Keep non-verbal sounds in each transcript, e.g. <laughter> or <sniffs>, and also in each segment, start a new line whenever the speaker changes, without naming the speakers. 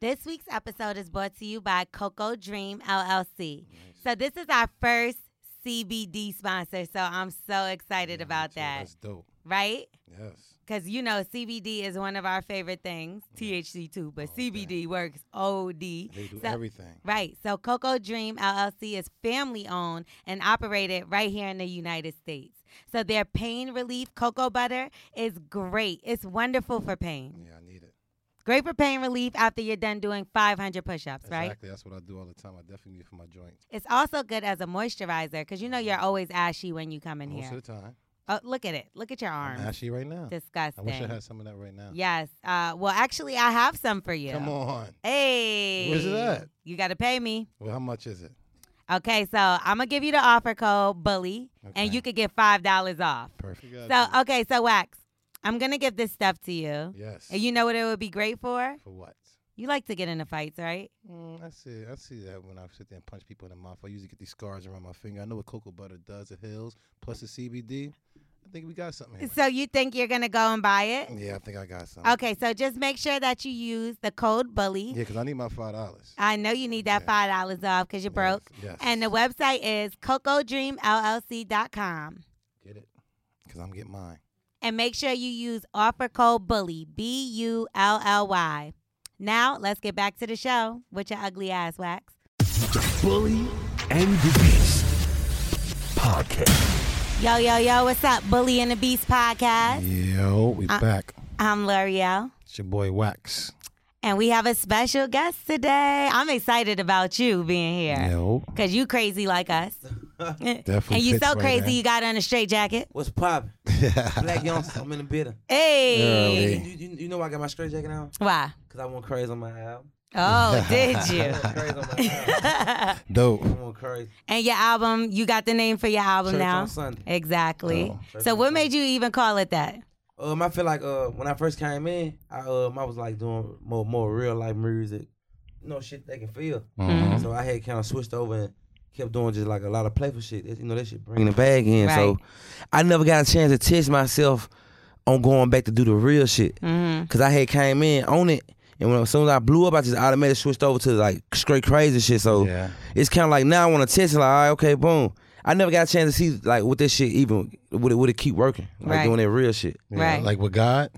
This week's episode is brought to you by Coco Dream LLC. So this is our first CBD sponsor. So I'm so excited about that,
That's dope.
right?
Yes.
Because you know CBD is one of our favorite things, THC too, but CBD works OD.
Oh, They do
So-
everything.
Right. So Coco Dream LLC is family owned and operated right here in the United States. So their pain relief cocoa butter is great. It's wonderful for pain.
Yeah, I need it.
Great for pain relief after you're done doing 500 push-ups, right?
Exactly. That's what I do all the time. I definitely need it for my joints.
It's also good as a moisturizer because you know you're always ashy when you come in
Mm-hmm. Most
here.
of the time.
Oh, look at it. Look at your arm.
I'm ashy right now. I
Disgusting.
wish I had some of that right now.
Yes. Uh, well, actually, I have some for you.
Come on.
Hey.
Where's it at?
You got to pay me.
Well, how much is it?
Okay, so I'm going to give you the offer code, Bully,
Okay.
and you could get $5 off.
Perfect.
So, okay, so Wax, I'm going to give this stuff to you.
Yes.
And you know what it would be great for?
for what?
You like to get into fights, right?
Mm, I see. I see that when I sit there and punch people in the mouth. I usually get these scars around my finger. I know what cocoa butter does. It heals. Plus the CBD. I think we got something here.
So, you think you're going to go and buy it?
yeah, I think I got something.
Okay, so just make sure that you use the code Bully.
Yeah, because I need my five dollars.
I know you need that
Yeah.
five dollars off because you're broke.
Yes.
And the website is cocodreamllc.com.
Get it? Because I'm getting mine.
And make sure you use offer code Bully B U L L Y. Now let's get back to the show with your ugly ass wax.
Bully and the Beast podcast.
Yo yo yo, what's up, Bully and the Beast podcast?
Yo, we back.
I'm L'Oreal,
It's your boy <laughs> Wax.
and we have a special guest today. I'm excited about you being here
Yo,
because you crazy like
<laughs>
us,
definitely.
and you
fits
so
right
crazy
in.
you got on a straight jacket.
What's poppin'? Black youngster, I'm in the bitter.
Hey,
You,
Early.
you, you know why I got my straight jacket on?
why?
Cause I went crazy on my album.
<laughs>
Oh, did
I
you?
went crazy on my album.
Dope.
I went crazy.
And your album, you got the name for your album
Church
now.
on Sunday.
Exactly.
Oh.
Church
so
on
what
Sunday.
made you even call it that?
Um, I feel like uh when I first came in, I um I was like doing more more real life music, you know shit they can feel.
Mhm.
So I had kind of switched over and kept doing just like a lot of playful shit. That- You know that shit bringing the bag in. So
Right.
I never got a chance to test myself on going back to do the real shit.
Mm-hmm.
Cause I had came in on it, and when as soon as I blew up, I just automatically switched over to like straight crazy shit. So
Yeah.
it's kind of like now I want to test it. Like, all right, okay, boom. I never got a chance to see like what this shit even would it would it keep working like
Right.
doing that real shit.
Yeah,
Right.
Like with God.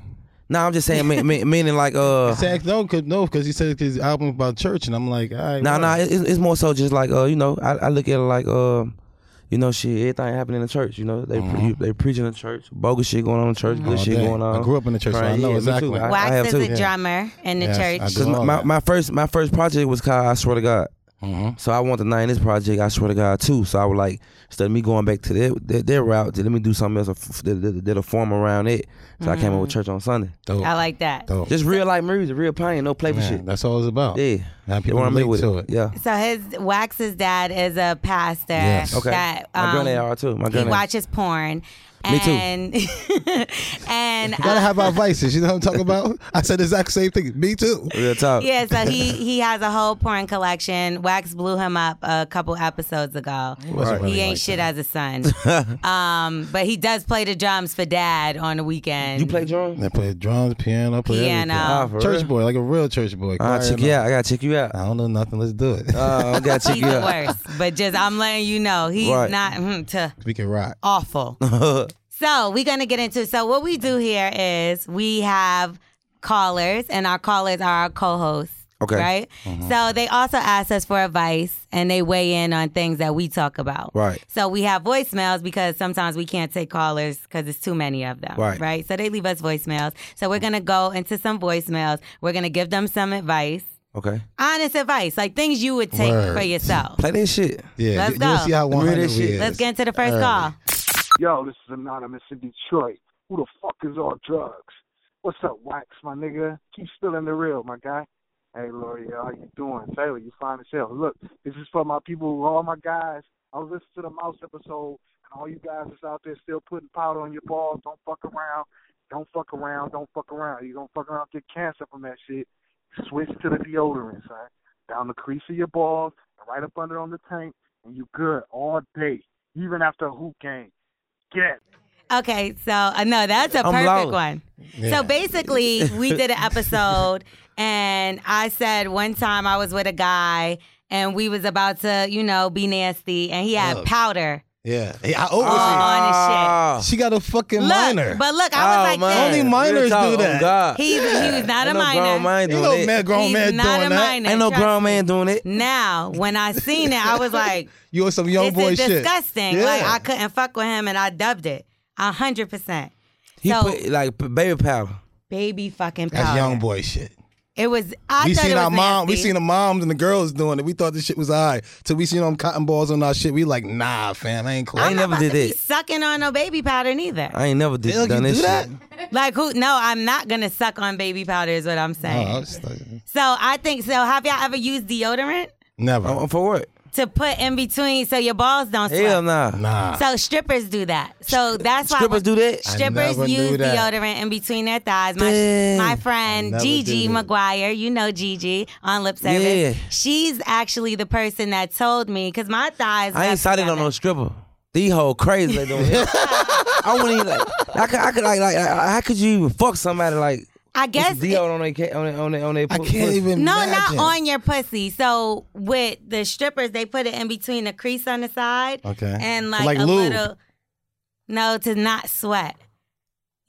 No, I'm just saying me- me- meaning
<laughs>
like uh
Sack, no, cause, no, because he said his album about church, and I'm like, all right.
no
well,
no it, it's it's more so just like uh you know I, I look at it like um you know shit everything happening in the church you know they pre- they preaching in the church bogus shit going on in the church good
Mm-hmm. All
shit
day.
going on
I grew up in the church, so I
Right,
know
yeah, me
exactly.
too. I- I have
Wax is
too.
a drummer in the
Yes, I
church.
do.
Cause my,
all
my,
that.
my first my first project was called I swear to God.
Mhm.
So I want to name this project I swear to God too. So I was like, instead of me going back to their their, their route, then let me do something else f- that- that- that'll form around it. So I came up with church on Sunday.
Dope.
Mm. I like that.
Dope.
Just real life music, real pain, no playful
Yeah,
shit.
That's all it's about.
Yeah,
Now
You
people
know what I mean
relate
with
to it.
Yeah.
So his Wax's dad is a pastor.
Yes.
Okay.
That,
my
um,
granddad are too. My
he
granddad.
watches porn.
Me too.
And, <laughs>
<laughs>
and
You
uh,
gotta have
<laughs>
our vices. You know what I'm talking about? I said the exact same thing. Me too.
real talk.
yeah, so
<laughs>
he
<laughs>
he has a whole porn collection. Wax blew him up a couple episodes ago.
wasn't really
he ain't
like
shit as a
<laughs>
son. um, but he does play the drums for dad on the weekend.
You play drums?
I play drums, piano, play
Piano.
Ah,
everything.
for
Church
real?
boy, like a real church boy.
I
Choir
check
and
you
all.
out. I gotta check you out.
I don't know nothing. <laughs> Let's do it.
Uh, I gotta check
He's
you
the
out.
worst. But just I'm letting you know he's
Right.
not mm, to
<laughs> we
<laughs>
can rock.
awful. so we're gonna get into so what we do here is we have callers and our callers are our co-hosts.
Okay.
Right?
Mm-hmm.
So they also ask us for advice and they weigh in on things that we talk about.
Right.
So we have voicemails because sometimes we can't take callers because there's too many of them.
Right.
Right. So they leave us voicemails. So we're going to go into some voicemails. We're going to give them some advice,
Okay.
honest advice, like things you would take
Word.
for yourself.
Play that shit.
Yeah,
Let's
you- you'll
go.
see how
Let me hear
100
this shit.
is.
Let's get into the first
All
call.
right.
Yo, this is Anonymous in Detroit. Who the fuck is all drugs? What's up, Wax, my nigga? Keep spilling the real, my guy. Hey, Lori, how you doing? Taylor, you fine as hell. Look, this is for my people, all my guys. I was listening to the Mouse episode, and all you guys that's out there still putting powder on your balls, don't fuck around. Don't fuck around. Don't fuck around. You're going to fuck around, get cancer from that shit. Switch to the deodorant, son. Down the crease of your balls, right up under on the tank, and you good all day, even after a hoop game. Get
Okay, so uh, no, that's a
I'm
perfect
lolling.
one. So basically, we did an episode, and I said one time I was with a guy, and we was about to, you know, be nasty, and he had
Oh.
Ugh.
powder
Yeah. Hey, I
all
oversee.
on
Ah.
his shit.
She got a fucking
Look,
minor.
but look,
Oh,
I was like,
man.
this.
Only minors
Real talk,
do
oh,
that.
God.
He, he was not a
Ain't no
minor.
grown man
Ain't
doing
no
it.
man, grown
He's
man
not
doing
a
that.
minor.
Ain't no
trust
grown
me.
man doing it.
Now, when I seen it, I was like,
<laughs> You on some young
this
boy
is
shit.
disgusting.
Yeah.
Like I couldn't fuck with him, and I dubbed it a hundred percent.
He
So-
put like p- baby powder.
Baby fucking powder.
That's young boy shit.
It was. I
we
thought
seen
it was
our mom, we
nasty.
seen the moms and the girls doing it. We thought this shit was all right. Till we seen them cotton balls on our shit. We like, nah, fam, I ain't cool.
I ain't
I'm not
never
about to
did
be
that.
sucking on no baby powder neither.
I ain't never did,
Hell, you
done this
do that?
shit.
Like who? No, I'm not gonna suck on baby powder. Is what I'm
Oh,
saying.
I was like,
So I think so. Have y'all ever used deodorant
never.
Oh, for what?
to put in between so your balls don't sweat?
Hell nah.
nah.
So strippers do that. So that's why
Strippers do that?
I
Strippers
never
use
knew that.
deodorant in between their thighs. My,
Dang.
my friend
I never
Gigi
did that.
McGuire, you know Gigi on lip service.
Yeah.
She's actually the person that told me because my thighs.
I ain't
got
sighted on
together.
no stripper. These whole crazy they
<laughs>
doing. it. I wouldn't even like. I could, I could like, like, I- how could you even fuck somebody like?
I
put some
guess
deodorant on their ca- on their on their, on their
I
pu-
can't
pussy?
even.
No,
imagine.
not on your pussy. So with the strippers, they put it in between the crease on the side.
Okay.
And
So
like,
like
a
lube.
little no to not sweat.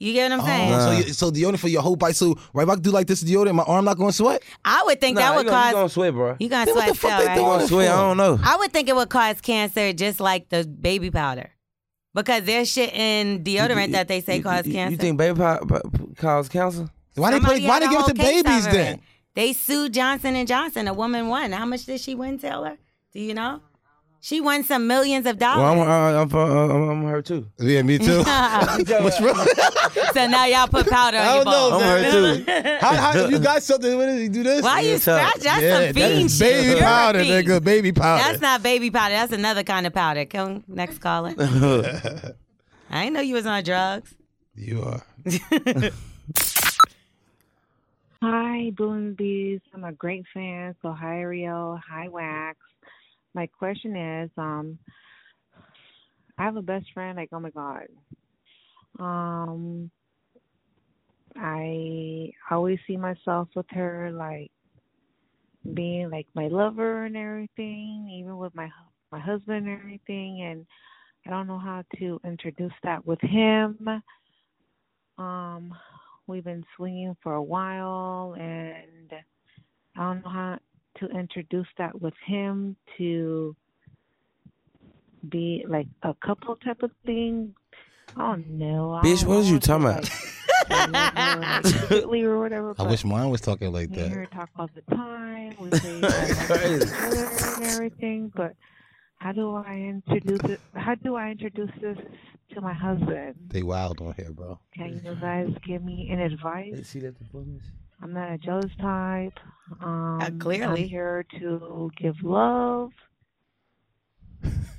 You get what I'm saying?
Oh, so, you, so deodorant for your whole body. So right, if I do like this deodorant, my arm not gonna sweat.
I would think
Nah,
that
you
would
gonna-
cause
You gonna sweat, bro?
you gonna
Then what
sweat
the fuck
still,
they
right?
You
doing?
gonna sweat? I don't know.
I would think it would cause cancer just like the baby powder. Because there's shit in deodorant that they say
You-
causes
you-
cancer.
You think baby powder p- cause cancer?
Why they put,
Somebody
Why
had
they
a
give it
whole
to
case
babies
over it.
then?
They sued Johnson and Johnson. A woman won. How much did she win, Taylor? Do you know? She won some millions of
Well,
dollars.
I'm uh, I'm, uh, I'm, I'm her too.
Yeah,
<laughs>
me too. <laughs> What's wrong?
so now y'all put powder on
<laughs> I
your
don't know.
balls.
I'm hurt
man. <laughs> how, how,
<laughs>
if you got something, what is you do this?
Why you
Yeah, tough.
scratch? That's
yeah,
some
that
fiend
is
shit.
baby
You're a
powder,
fiend.
nigga. Baby powder.
That's not baby powder. That's another kind of powder. Come next
<laughs>
caller.
<laughs>
I didn't know you was on drugs.
you are.
Hi, Boom Bees. I'm a great fan. So hi, Rio. Hi, Wax. My question is, um, I have a best friend. Like, oh my god. Um, I always see myself with her, like being like my lover and everything, even with my hu- my husband and everything. And I don't know how to introduce that with him. Um, we've been swinging for a while and I don't know how to introduce that with him to be like a couple type of thing. I don't know. I
Bitch,
don't-
what
I
is you
wanna
talking
do,
about?
like, I love her, like,
<laughs>
secretly or whatever.
I
but
wish mine was talking like
me and her
that.
talk all the time.
<laughs>
We say like, I love each other and everything, but how do I introduce it? How do I introduce this to my husband?
They wild on here, bro.
Can you guys give me an advice?
See that the business?
I'm not a jealous type. Um,
clearly.
I'm here to give love.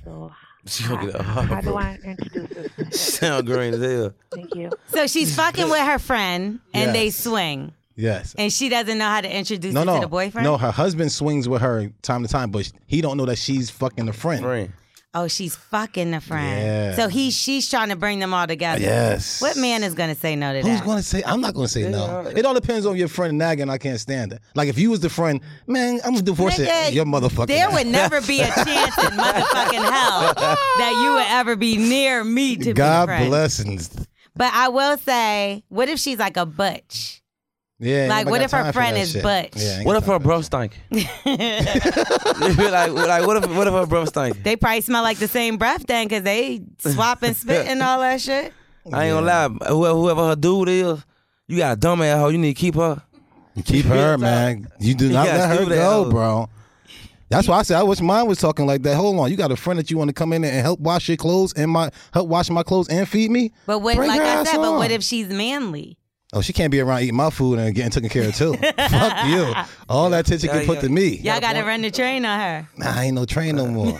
So,
She
how,
gonna get a
how
hard.
do
bro.
I introduce this?
<laughs>
to him?
Sound green as hell.
Thank you.
So she's fucking with her friend and they
Yes.
swing.
Yes.
And she doesn't know how to introduce
No,
it
no.
to the boyfriend?
No, her husband swings with her time to time, but he don't know that she's fucking a friend.
Green.
Oh, she's fucking the friend.
Yeah.
So he she's trying to bring them all together.
Yes.
What man is gonna say no to
Who's
that?
gonna say? I'm not gonna say no. It all depends on your friend nagging. I can't stand it. Like if you was the friend, man, I'm gonna divorce
Nigga,
it. Your motherfucker.
There would never be a
<laughs>
chance in motherfucking hell that you would ever be near me to be
God
friends.
blessings.
But I will say, what if she's like a butch?
Yeah.
Like,
nobody
what
got
if her
time for
friend
that
is
shit.
butch?
Yeah, ain't
What
got
if her
time for that
breath
<laughs>
stank? like, like, what if what if her breath stank?
They probably smell like the same breath then because they swap and spit and all that shit.
I ain't gonna lie. Whoever, whoever her dude is, you got a dumbass hoe. You need to keep her.
shit. Keep
<laughs>
her, man. You do not
gotta
let her
do that,
go,
though.
bro. That's why I said I wish mine was talking like that. Hold on, you got a friend that you want to come in and help wash your clothes and my help wash my clothes and feed me.
But what,
Bring
like
her
I
ass
said, but
on.
what if she's manly?
Oh, she can't be around eating my food and getting taken care of
<laughs>
too. Fuck you. All that attention
Yeah,
can put
yeah.
to me.
Y'all got to run the train on her.
Nah, I ain't no train no more.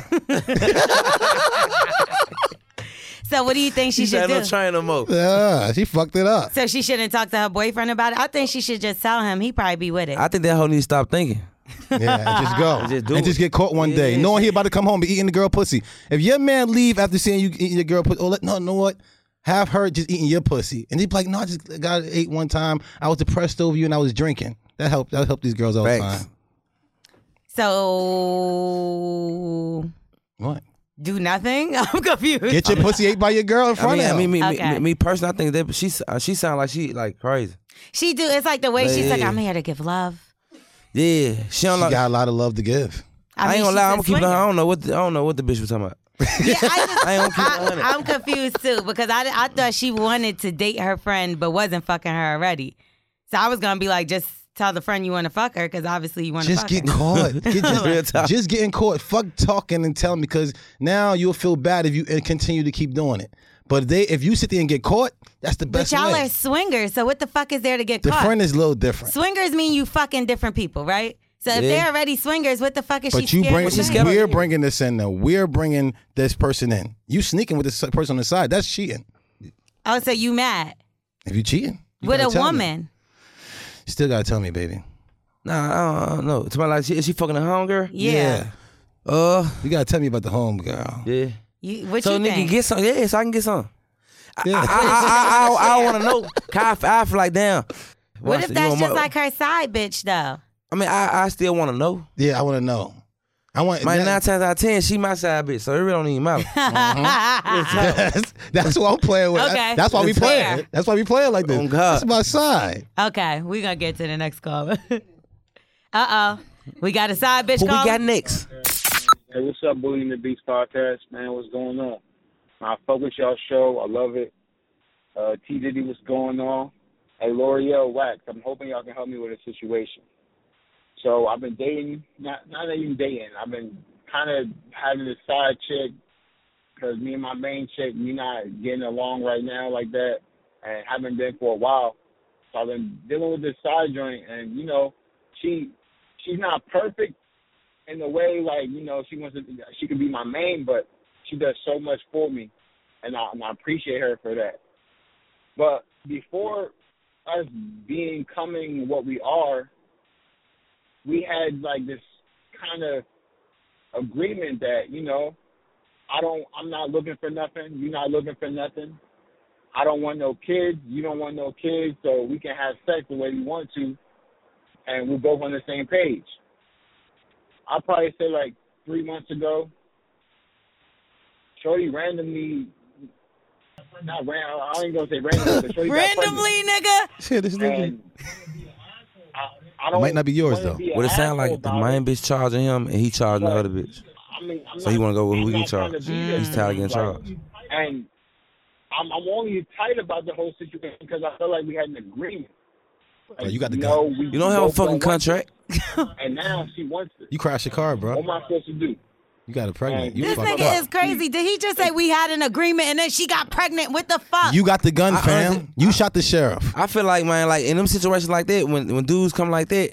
So what do you think she
<laughs> She
should
said
do?
no train no more.
yeah, she fucked it up.
so she shouldn't talk to her boyfriend about it. I think she should just tell him. He probably be with it.
I think that hoe need to stop thinking.
Yeah, and just go.
<laughs> just do
and just
it.
get caught one day.
Yeah.
Knowing he about to come home and eating the girl pussy. If your man leave after seeing you eating your girl pussy, oh, let, no, you know what? Have her just eating your pussy. And he'd be like, no, I just got ate one time. I was depressed over you and I was drinking. That helped that helped these girls all the
Facts.
time.
so
What?
do nothing. <laughs> I'm confused.
Get your pussy ate by your girl in
I
front
mean,
of
I
him.
mean, me,
Okay.
me, me personally, I think that she uh, she sound like she like crazy.
she do. It's like the way she's like,
Yeah.
I'm here to give love.
Yeah, she don't
she
like.
got a lot of love to give.
I, ain't gonna
she's
lie.
a
I'm gonna keep it.
swinger.
I don't know what the, I don't know what the bitch was talking about.
Yeah, I just,
I ain't gonna keep
<laughs> I,
it a hundred.
I'm confused too because I, I thought she wanted to date her friend but wasn't fucking her already. So I was gonna be like, just tell the friend you want to fuck her because obviously you want to
Just
fuck <laughs>
get
her.
<laughs> caught. Get-
Real
just,
talk.
just getting caught. Fuck talking and telling because now you'll feel bad if you uh, continue to keep doing it. But they, if you sit there and get caught, that's the
But
best
y'all
way.
are swingers, so what the fuck is there to get
the
caught?
friend is a little different.
swingers mean you fucking different people, right? So if
Yeah.
they're already swingers, what the fuck is she?
But you
scared
bring
to
she's
do?
scared of-
we're bringing this in though. We're bringing this person in. You sneaking with this person on the side. That's cheating.
Oh, so you mad
If you cheating you
with
gotta
a
tell me.
woman?
You still gotta tell me, baby.
Nah, I don't, I don't know. To my like, she, is she fucking a hunger?
Yeah.
Uh,
You gotta tell me about the home girl.
yeah.
You, what
So
you
nigga,
think?
get some. Yeah, so I can get some. I,
Yeah.
I, I, I, I, I want
<laughs>
to know. 'cause I, I feel like damn.
what if
Watch it, you
that's
want
just
my-
like her side bitch though?
I mean, I, I still want to know.
Yeah, I wanna know. I want
My
that-
nine times out of ten, she my side bitch, so it really don't even matter.
<laughs> That's, that's what I'm playing with.
Okay.
That's why we
That's
playing.
fair.
That's why we playing like this.
Oh, God.
That's my side.
Okay, we gonna get to the next <laughs> caller. uh oh, we got a side bitch
Who we
caller.
got next?
Hey, what's up, Booty and the Beast podcast, man? What's going on? I fuck with y'all show. I love it. Uh, T Diddy, what's going on? Hey, L'Oreal Wax. I'm hoping y'all can help me with a situation. So I've been dating, not not even dating. I've been kind of having a side chick because me and my main chick, we not getting along right now like that, and haven't been for a while. So I've been dealing with this side joint, and you know, she she's not perfect, in the way like you know she wants to she could be my main but she does so much for me and I, and I appreciate her for that but before us being coming what we are we had like this kind of agreement that you know I don't I'm not looking for nothing you're not looking for nothing I don't want no kids you don't want no kids so we can have sex the way we want to and we're both on the same page I probably say like three months ago, Shorty randomly, not random. I ain't gonna say random, but Shorty
randomly, nigga.
Shit, this
got pregnant. And I, I
It
don't
might not be yours,
wanna
though.
be an
What it sound
asshole
like? The
about
main
it.
bitch charging him, and he charging the
Right.
other bitch.
I mean, I'm
So
not,
he wanna go with
I'm
who he
not trying
charged.
to be this
He's tired of
dude,
getting
like,
charged.
And I'm, I'm only tight about the whole situation because I felt like we had an agreement.
Oh, you got the
no,
gun.
we
You don't have a
both
fucking
don't want it.
contract.
And now she wants it.
You crashed your car,
What
bro.
am I supposed to do?
You got a pregnant.
Hey,
You
This
fucked
nigga
up.
is crazy. Did he just say we had an agreement and then she got pregnant? What the fuck?
You got the gun,
I
fam.
honestly-
you shot the sheriff.
I feel like man, like in them situations like that, when when dudes come like that,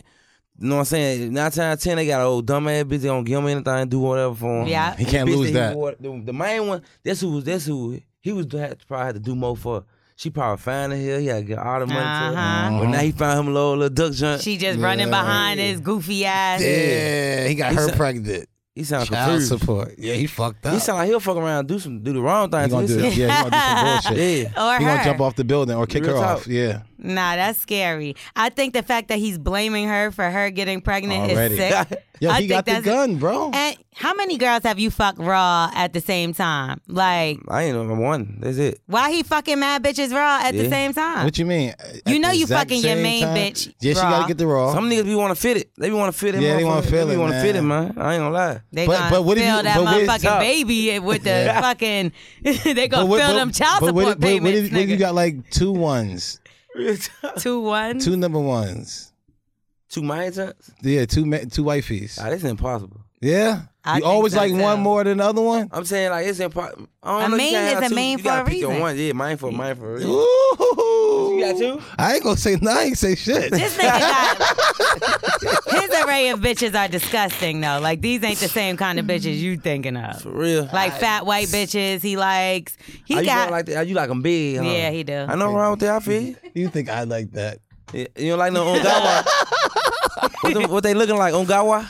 you know what I'm saying? Nine times out of ten, they got an old dumb ass bitch. They don't give him anything, do whatever for him.
yeah.
He can't
bitch
lose
he
that.
wore- the, the main one, that's who was that's who he was had, probably had to do more for. She probably found her. He had to get all the money to
Uh-huh.
her. But now he found him a little little duck junk.
She just running behind his goofy ass.
Yeah, he got her
sa-
pregnant.
he sound
Child
confused.
support. Yeah, he fucked up.
He sound like he'll fuck around, and do some, do the wrong thing.
He
to
gonna do,
himself. <laughs>
yeah, he gonna do some bullshit.
Yeah.
Or
he
her.
gonna jump off the building or kick
Real
her
talk.
off. Yeah.
Nah, that's scary. I think the fact that he's blaming her for her getting pregnant
Already.
is sick.
<laughs> Yo,
I
he
think
got the
that's-
gun, bro.
And how many girls have you fucked raw at the same time? Like,
I ain't number one. That's it.
why he fucking mad bitches raw at the
Yeah.
same time?
What you mean?
You
At
know
the
you
exact
fucking your
same
main
time?
bitch,
Yeah, she
raw.
gotta get the raw.
Some niggas be want to fit it. They be want to fit it.
Yeah, they wanna
motherfucker.
feel it,
They want to
man.
fit it, man. I ain't gonna lie.
They
But-
gonna
but what if
fill
you-
that
but what if-
motherfucking baby with the
Yeah.
fucking. <laughs> they gonna
But what-
fill
but-
them child
but
support
what if- but what if-
payments.
what if you
nigga.
got like two ones,
<laughs>
two one.
two number ones.
Two my jobs?
Yeah, two ma- two wifeies.
Nah, that's impossible.
Yeah,
I
you
think
always
so,
like one
too.
more than the other one.
I'm saying like it's impossible. I
A
don't know.
main
you can't
is
have
a
two.
main
you gotta
for a
pick
reason.
Your one. Yeah, mine for mine for a reason.
Ooh,
You got two?
I ain't gonna say <laughs> no. I ain't say shit.
This nigga got his array of bitches are disgusting though. Like these ain't the same kind of bitches you thinking of.
For real.
Like fat white bitches he likes. He
How you
got
going like that? How you like them big? Huh?
Yeah, he do.
I know wrong with that. I feel. you.
you think I like that?
Yeah, You don't like no
<laughs>
Ongawa. what, them- what they looking like? Ongawa?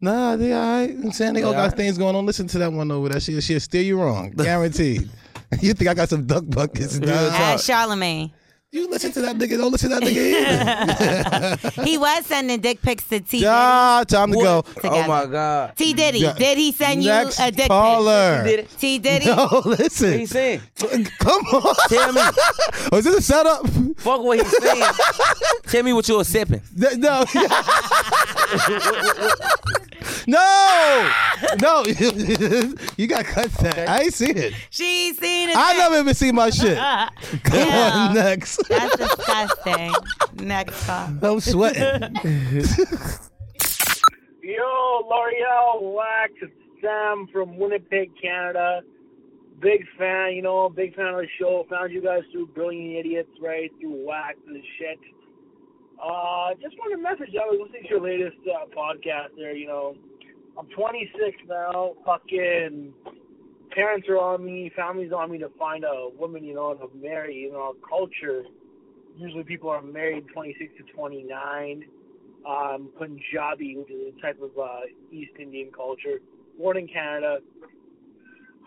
Nah, they all right. I'm saying they all
all
got
right.
things going on. Listen to that one over there. She, she'll steer you wrong. Guaranteed. <laughs> you think I got some duck buckets? Nah.
Ask Charlemagne.
You listen to that nigga. Don't listen to that nigga either.
<laughs> He was sending dick pics to T. Diddy.
Ah, time to go.
Oh
Together.
my God.
T Diddy,
Yeah.
did he send you
Next
a dick
caller.
Did it?
pic? T Diddy,
No, listen.
He saying.
Come on.
Tell me.
<laughs> Was this a setup?
Fuck what he's saying. Tell me what you were sipping.
Th- No. <laughs> no. No. <laughs> you got to cut that. I ain't seen it.
she seen it.
I never even seen my shit. Come
<laughs> Yeah.
on, next.
That's disgusting. Next call.
<laughs> I'm sweating.
Yo, L'Oreal Wax, it's Sam from Winnipeg, Canada. Big fan, you know, big fan of the show. Found you guys through Brilliant Idiots, right? Through Wax and shit. Uh, just wanted to message. I was listening to your latest uh, podcast there, you know. I'm 26 now. Fucking parents are on me, family's on me to find a woman, you know, and to marry. You know, our culture, usually people are married 26 to 29 um, Punjabi, which is a type of uh, East Indian culture, born in Canada.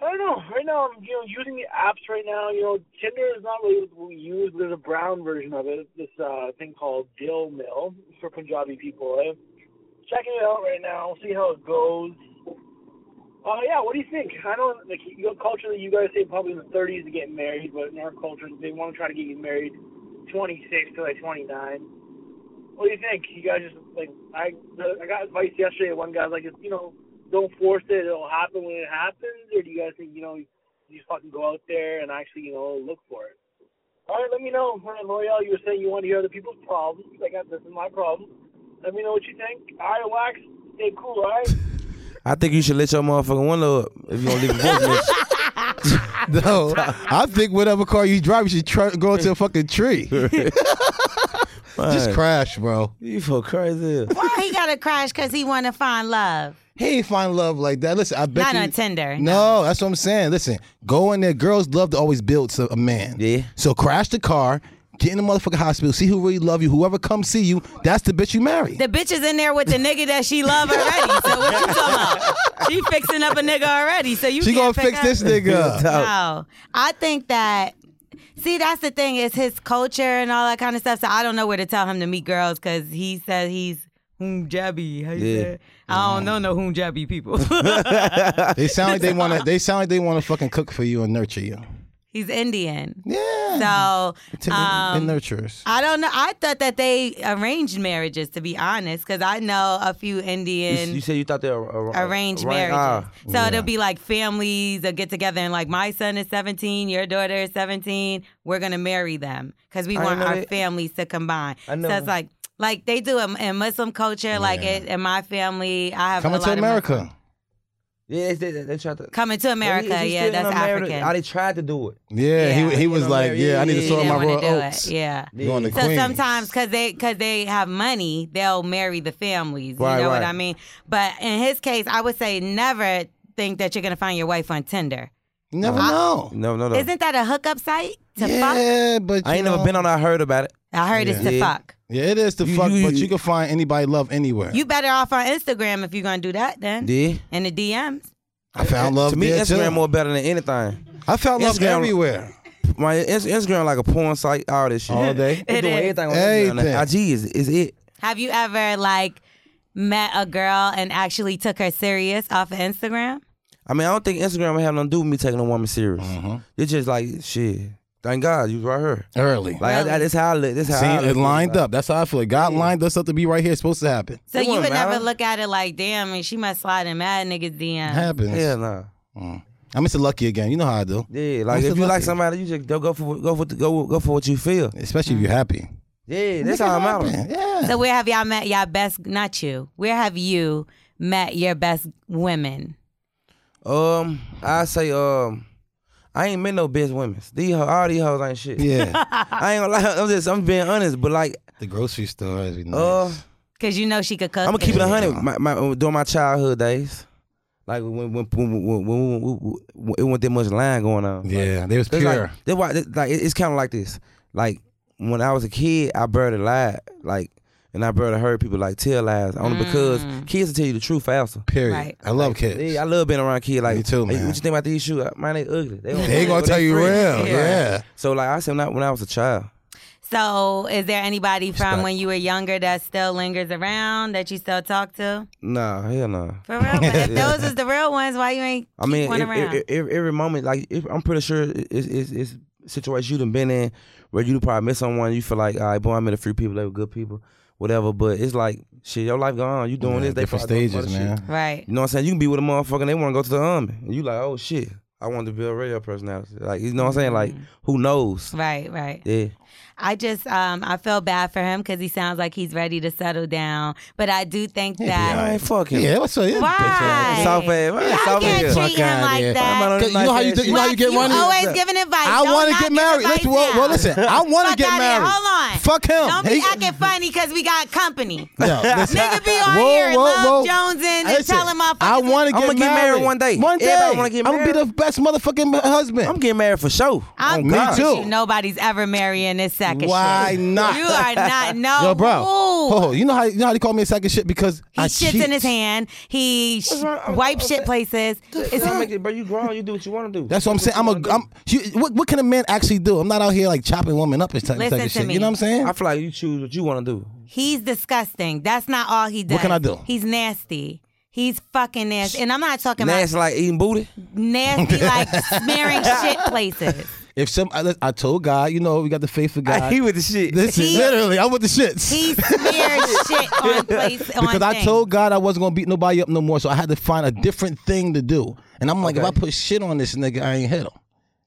I don't know. Right now, I'm you know using the apps right now. You know, Tinder is not really what we use. There's a brown version of it. This uh, thing called Dill Mill for Punjabi people. Eh? Checking it out right now. See how it goes. Uh, yeah. What do you think? I know like your culture. You guys say probably in the 30s to get married, but in our culture, they want to try to get you married 26 to like 29 what do you think? You guys just like I the, I got advice yesterday. One guy's like, you know, don't force it. It'll happen when it happens. Or do you guys think you know you just fucking go out there and actually you know look for it? All right, let me know. All right, L'Oreal, you were saying you want to hear other people's problems. I got this is my problem. Let me know what you think. All right, Wax, stay cool. All right.
<laughs> I think you should let your motherfucking window up if you don't leave a voicemail.
<laughs> no. I think whatever car you drive, you should try, go into a
<laughs>
fucking tree. Just
Man,
crash, bro.
You for crazy.
Why he got to crash because he want to find love?
He ain't find love like that. Listen, I bet
Not
you.
on Tinder.
No, that's what I'm saying. Listen, go in there. Girls love to always build so- a man.
Yeah.
So crash the car, get in the motherfucking hospital, see who really love you. Whoever comes see you, that's the bitch
<laughs>
you marry.
The bitch is in there with the nigga that she love already. So what you talking about? She fixing up a nigga already. So you
she
can't
gonna
pick
fix
up-
this nigga. up.
No, I think that. See, that's the thing is his culture and all that kind of stuff. So I don't know where to tell him to meet girls because he says he's Punjabi. How you
Yeah.
say it? I don't know no Punjabi people. <laughs>
<laughs>
They sound like they wanna. They sound like they wanna fucking cook for you and nurture you.
he's Indian,
Yeah.
so
T-
um,
and nurturers.
I don't know. I thought that they arranged marriages, to be honest, because I know a few
You,
Indian.
you said you thought they were ar- ar-
arranged
arranged-
marriages.
ah.
so it'll be like families that get together and like my son is 17, your daughter is 17. We're gonna marry them because we
I
want
know
our
that.
families to combine.
I
So
know.
it's like like they do in, in Muslim culture. Like it, in my family, I have a
Coming
lot
to
of Muslim-
America.
Yeah, they, they, they tried to.
Coming to America,
Is he
yeah,
still in
that's
America?
African.
Oh, they tried to do it.
Yeah.
Yeah.
He he was
Yeah,
like,
America.
yeah, I need to
Yeah,
sort
They
yeah,
my
wanna
raw
do
oats.
it, yeah.
Going to
So
Queens.
sometimes, cause they cause they have money, they'll marry the families.
Right,
you know
right.
what I mean? But in his case, I would say never think that you're gonna find your wife on Tinder.
You never
Ah.
know.
No, no, no.
Isn't that a hookup site to fuck?
Yeah, but
I ain't
you
never
know-
been on. I heard about it.
I heard it's to
Yeah.
fuck.
Yeah, it is the
You-
fuck,
you-
but you can find anybody love anywhere.
You better off on Instagram if you're gonna do that then.
Yeah.
And the DMs.
I found love
to me,
there
Instagram
too.
more better than anything.
I found love
Instagram-
everywhere.
my Ins- Instagram like a porn site. All this shit.
All day?
They
It
doing
is.
everything on Instagram.
Everything.
now. IG is is it.
Have you ever like met a girl and actually took her serious off of Instagram?
I mean, I don't think Instagram would have nothing to do with me taking a woman serious.
Mm-hmm.
It's just like shit. Thank God you was right here
early.
Like I, I, this how I look. This how
See,
I
it
look.
lined up. That's how I feel. God lined us up to be right here. It's supposed to happen.
So you would never look at it like, damn, and she must slide in mad niggas DM.
It happens.
Yeah, nah.
Mm. I'm Mr. Lucky again. You know how I do.
Yeah, like if you like somebody, you just go go for what- go for go go for what you feel.
Especially if you're
Mm.
happy.
Yeah, that's how I'm out.
So where have y'all met y'all best? Not you. Where have you met your best women?
Um, I say um, I ain't met no bitch women. These ho- all these hoes ain't shit.
Yeah.
<laughs>
<laughs>
I ain't gonna lie. I'm just I'm being honest, but like
the grocery store.
Uh,
Cause you know she could cook.
I'm gonna keep it a
and-
hundred. My, my during my childhood days, like when when when, when, when, when, when it wasn't that much line going on.
Yeah, they was
It's
pure.
Like, that's why, that- like it- it's kind of like this. Like when I was a kid, I barely lied. Like. And I barely heard people like tell lies only because kids will tell you the truth faster.
Period.
Like,
I love
like,
kids.
Yeah, I love being around kids. Like,
Me too,
"Hey,
man.
what you think about these shoes? Uh, Man, they ugly. They, don't-
They gonna
but
tell you
pretty."
real, yeah.
So like I said, when I, when I was a child,
So is there anybody from
like-
when you were younger that still lingers around that you still talk to?
nah, hell nah.
For real, but if
<laughs> Yeah.
those is the real ones, why you ain't
I
keep
mean,
one
if- if-
around?
if- every, moment, like if, I'm pretty sure it's, it's, it's situation you done been in where you done probably met someone. You feel like, all right, boy, I met a few people. They were good people, whatever. But it's like, shit, your life gone. You doing
Yeah,
this? They
different
probably doing some
stages,
other
man.
shit.
Right.
You know what I'm saying? You can be with a motherfucker and they want to go to the army. And you like, oh shit, I wanted to be a radio personality. Like, you know what I'm saying? Like, who knows?
Right, Mm-hmm. right.
Yeah.
I just um I feel bad for him because he sounds like he's ready to settle down. But I do think that
I ain't fucking.
Yeah, what's up? Yeah,
Why?
Soft ass. man, soft
can't
ass.
treat him
outta
like
here.
that.
Come on,
You know how you, do, you know how you get
You
money.
always giving advice.
I
Don't
wanna
not
get
give
married.
advice
Listen, well,
now.
well, listen, I wanna
Fuck
get
outta here.
married.
Hold on.
Fuck him.
Don't be
He-
acting funny because we got company.
<laughs> No, listen.
Nigga be on
Whoa,
here
whoa,
love
whoa.
Jones in and
Listen,
telling motherfuckers.
I want to
I'ma
get,
get married one day.
One day.
Everybody wanna get
I'm gonna be the
married.
best motherfucking husband.
I'm getting married for sure.
I'm
Oh, Me
proud of
too.
You. Nobody's ever marrying this sack of shit.
Why not?
You are
<laughs>
not. No.
Yo, bro.
Ooh.
Ho, ho, you know how you know how they call me a sack of shit because
He
I
shits
cheat.
in his hand. He sh- wipes shit places. It's
make it, bro. You grown. You do what you want to do.
That's what I'm saying. I'm a. I'm. You, what, what can a man actually do? I'm not out here like chopping women up and type, type
Listen
of
to
shit.
me.
You know what I'm saying?
I feel like you choose what you want to do.
He's disgusting. That's not all he does.
What can I do?
He's nasty. He's fucking nasty. And I'm not talking
Now it's
about
like eating booty.
nasty
<laughs>
like smearing shit places.
If some, I, I told God, you know, we got the faith of God.
He with the shit.
Listen,
He-
literally, I'm with the shits. <laughs>
He smeared shit on place on
because I
things.
told God I wasn't gonna beat nobody up no more, so I had to find
Mm.
a different thing to do. And I'm like, if I put shit on this nigga, I ain't hit him.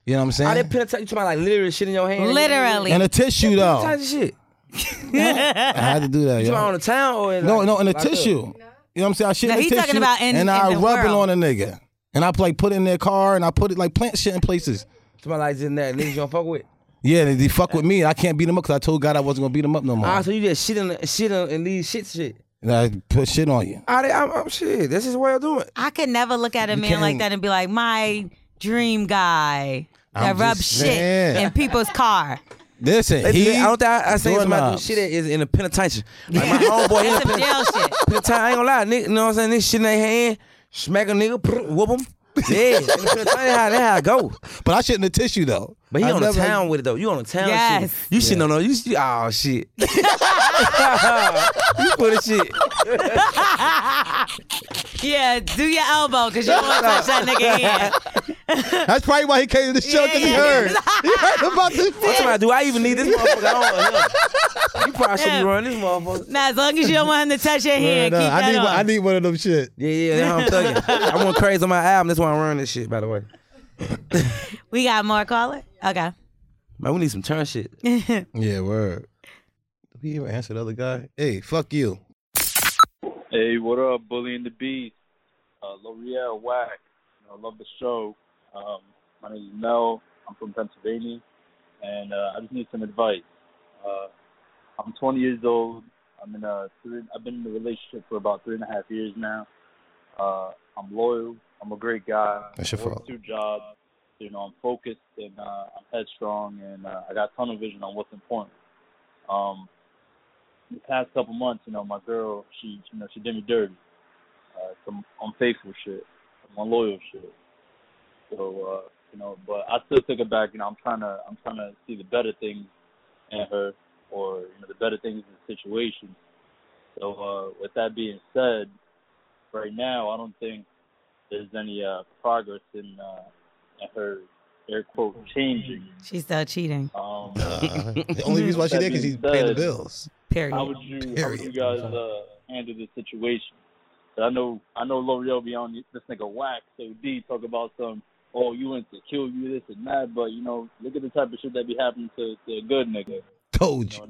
You know what I'm
I
saying?
didn't penetrate you. Talking about like literally shit in your hand.
literally.
And a tissue
What
though.
type of
<laughs>
shit?
I had to do that.
You
yo.
on the town or in,
No,
like,
no, in a
locked up?
tissue. You know what I'm saying? I shit
No,
in a
he
tissue,
talking about in-
and I
in the
rub it
world.
on a nigga, and I like put it in their car, and I put it like plant shit in places.
Somebody like just in that niggas you don't fuck with.
Yeah, they, they fuck with me, and I can't beat them up because I told God I wasn't gonna beat them up no more.
Ah, so you just shit in the, shit in, in these shit shit.
and I put shit on you.
I, I'm, I'm Oh, shit. This is what I'm doing.
I could never look at a man like
can't-
that and be like, my dream guy that
I'm
rubs
just
shit
saying.
in people's car. <laughs>
Listen,
They do
he,
that. I don't think I, I seen somebody do
doorknobs.
shit that is in the penitentiary. Like my homeboy in
That's <laughs>
the
some jail
penitentiary.
shit.
<laughs> penitentiary. I ain't gonna lie, nigga. You know what I'm saying? This shit in their hand, smack a nigga, <laughs> prr, whoop him. Yeah, in the penitentiary, that's how, that's how I go.
But I shit in the tissue though.
But he
I
on
never-
the town with it though. You on the town
Yes.
shit. You shit on no, you shit- oh
<laughs>
shit. you put a shit.
Yeah, do your elbow because you don't want to touch that
<laughs>
nigga hand.
That's probably why he came to the show because he
Yeah.
heard. He heard about this.
I'm talking about, do I even need this motherfucker? I don't know. You probably should be running this motherfucker.
Now, as long as you don't want him to touch
<laughs>
your hand,
Nah,
keep
I
that
need,
on.
one, I need one of them shit.
Yeah, yeah, that's what I'm thugging. I went crazy on my album. That's why I'm running this shit, by the way.
we got more caller? Okay. <laughs>
Man, we need some turn shit.
Yeah, word. Did we ever answer the other guy? Hey, fuck you.
Hey, what up, Bully and the Beast? Uh, L'Oreal, Whack. You know, I love the show. Um, my name is Mel. I'm from Pennsylvania, and uh, I just need some advice. Uh, I'm 20 years old. I'm in a three, I've been in a relationship for about three and a half years now. Uh, I'm loyal. I'm a great guy.
That's your
I work
fault.
Two jobs. You know, I'm focused and uh, I'm headstrong, and uh, I got tunnel vision on what's important. Um, the past couple months, you know, my girl, she, you know, she did me dirty. Uh, some unfaithful shit, some unloyal shit. So uh, you know. But I still took it back, you know. I'm trying to I'm trying to see the better things in her, or you know, the better things in the situation. So uh, with that being said, right now I don't think there's any uh, progress in uh, in her air quote changing.
She's still cheating.
Um,
<laughs>
the only reason why she
that
did because
being
she's paying the
said,
bills.
Period.
How would you, how would you guys uh, handle the situation? 'Cause I know I know L'Oreal be on this nigga whack. So D talk about some. Oh, you insecure, you this and that, but you know, look at the type of shit that be happening to, to a good nigga.
Told you.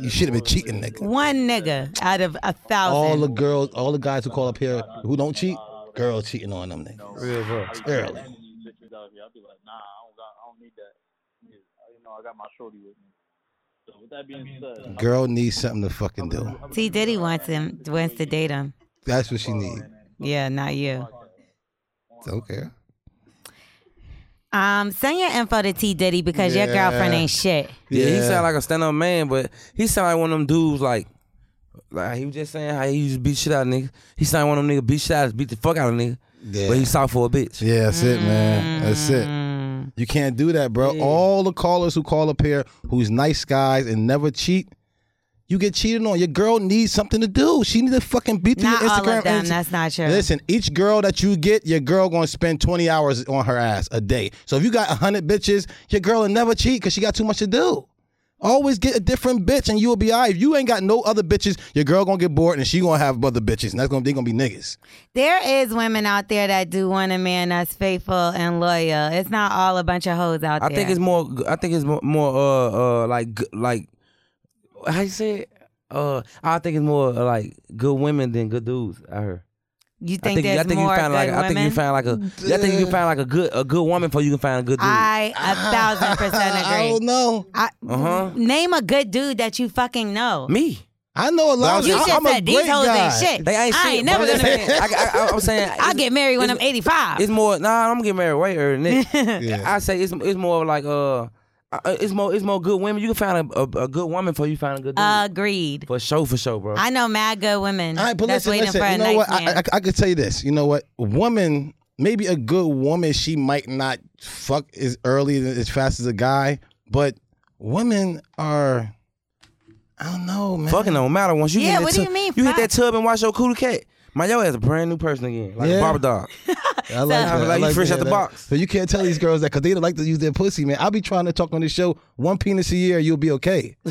You should have been cheating, nigga.
One nigga out of a thousand.
All the girls, all the guys who call up here who don't cheat, girl cheating on them niggas.
Real bro.
Bitches
Early.
out here, I'll be like, nah, I don't got, I don't need that. Yeah, You know, I got my shorty with me. So with that being said,
Girl needs something to fucking do.
T Diddy wants him wants to date him.
That's what she needs.
Yeah, not you.
Okay.
Um, send your info to T Diddy because your
Yeah.
girlfriend ain't shit.
Yeah, he
Yeah.
sound like a stand up man, but he sound like one of them dudes like like he was just saying how he used to beat shit out of niggas. He sound like one of them niggas beat shit out of beat the fuck out of nigga. But he soft for a bitch.
Yeah, that's it, man. That's
Mm.
it. You can't do that, bro. All the callers who call up here, who's nice guys and never cheat, you get cheated on. Your girl needs something to do. She needs to fucking beat through
Not
your
all
Instagram.
of them.
and-
That's not true.
Listen, each girl that you get, your girl gonna spend twenty hours on her ass a day. So if you got hundred bitches, your girl will never cheat because she got too much to do. Always get a different bitch and you will be alright. If you ain't got no other bitches, your girl gonna get bored and she gonna have other bitches, and that's gonna they gonna be niggas.
There is women out there that do want a man that's faithful and loyal. It's not all a bunch of hoes out
I
there.
think it's more. I think it's more, more uh, uh, like, g- like, how you say it? Uh, I think it's more uh, like good women than good dudes. I heard.
You
I
think
think, I
there's
think
more
you found like
good
I think you
women?
found like a I think
Uh,
you can find like a good a good woman before you can find a good dude.
I a
<laughs>
thousand percent agree.
I don't know.
uh huh.
Name a good dude that you fucking know.
Me.
I know a lot.
You
of,
just
I'm a
said these
great
hoes
guy.
ain't shit.
They ain't
I
shit,
ain't never
but
gonna. <laughs>
listen, I, I, I'm saying
I'll get married when I'm 85.
It's more. Nah, I'm getting married way earlier
<laughs>
than that.
Yeah.
I say it's it's more like uh. uh, It's more, it's more good women. You can find a, a, a good woman before you find a good dude.
Agreed.
for sure, for sure, bro.
I know mad good women.
All right, but
that's
listen,
waiting
listen.
for a
you know
nice
what?
man.
I, I, I could tell you this. You know what? Woman, maybe a good woman, she might not fuck as early and as fast as a guy, but women are. I don't know, man.
Fucking don't matter once you
Yeah,
get in that
what do
tub-
you mean,
hit
fuck?
that tub and wash your cooler cat. My yo ass a brand new person again, like
Yeah.
a
<laughs>
barber dog.
I like
I
that.
like
I
you
like
fresh
to
out the
hear that.
box.
But you can't tell these girls that because they don't like to use their pussy, man. I'll be trying to talk on this show one penis a year, you'll be okay. <laughs>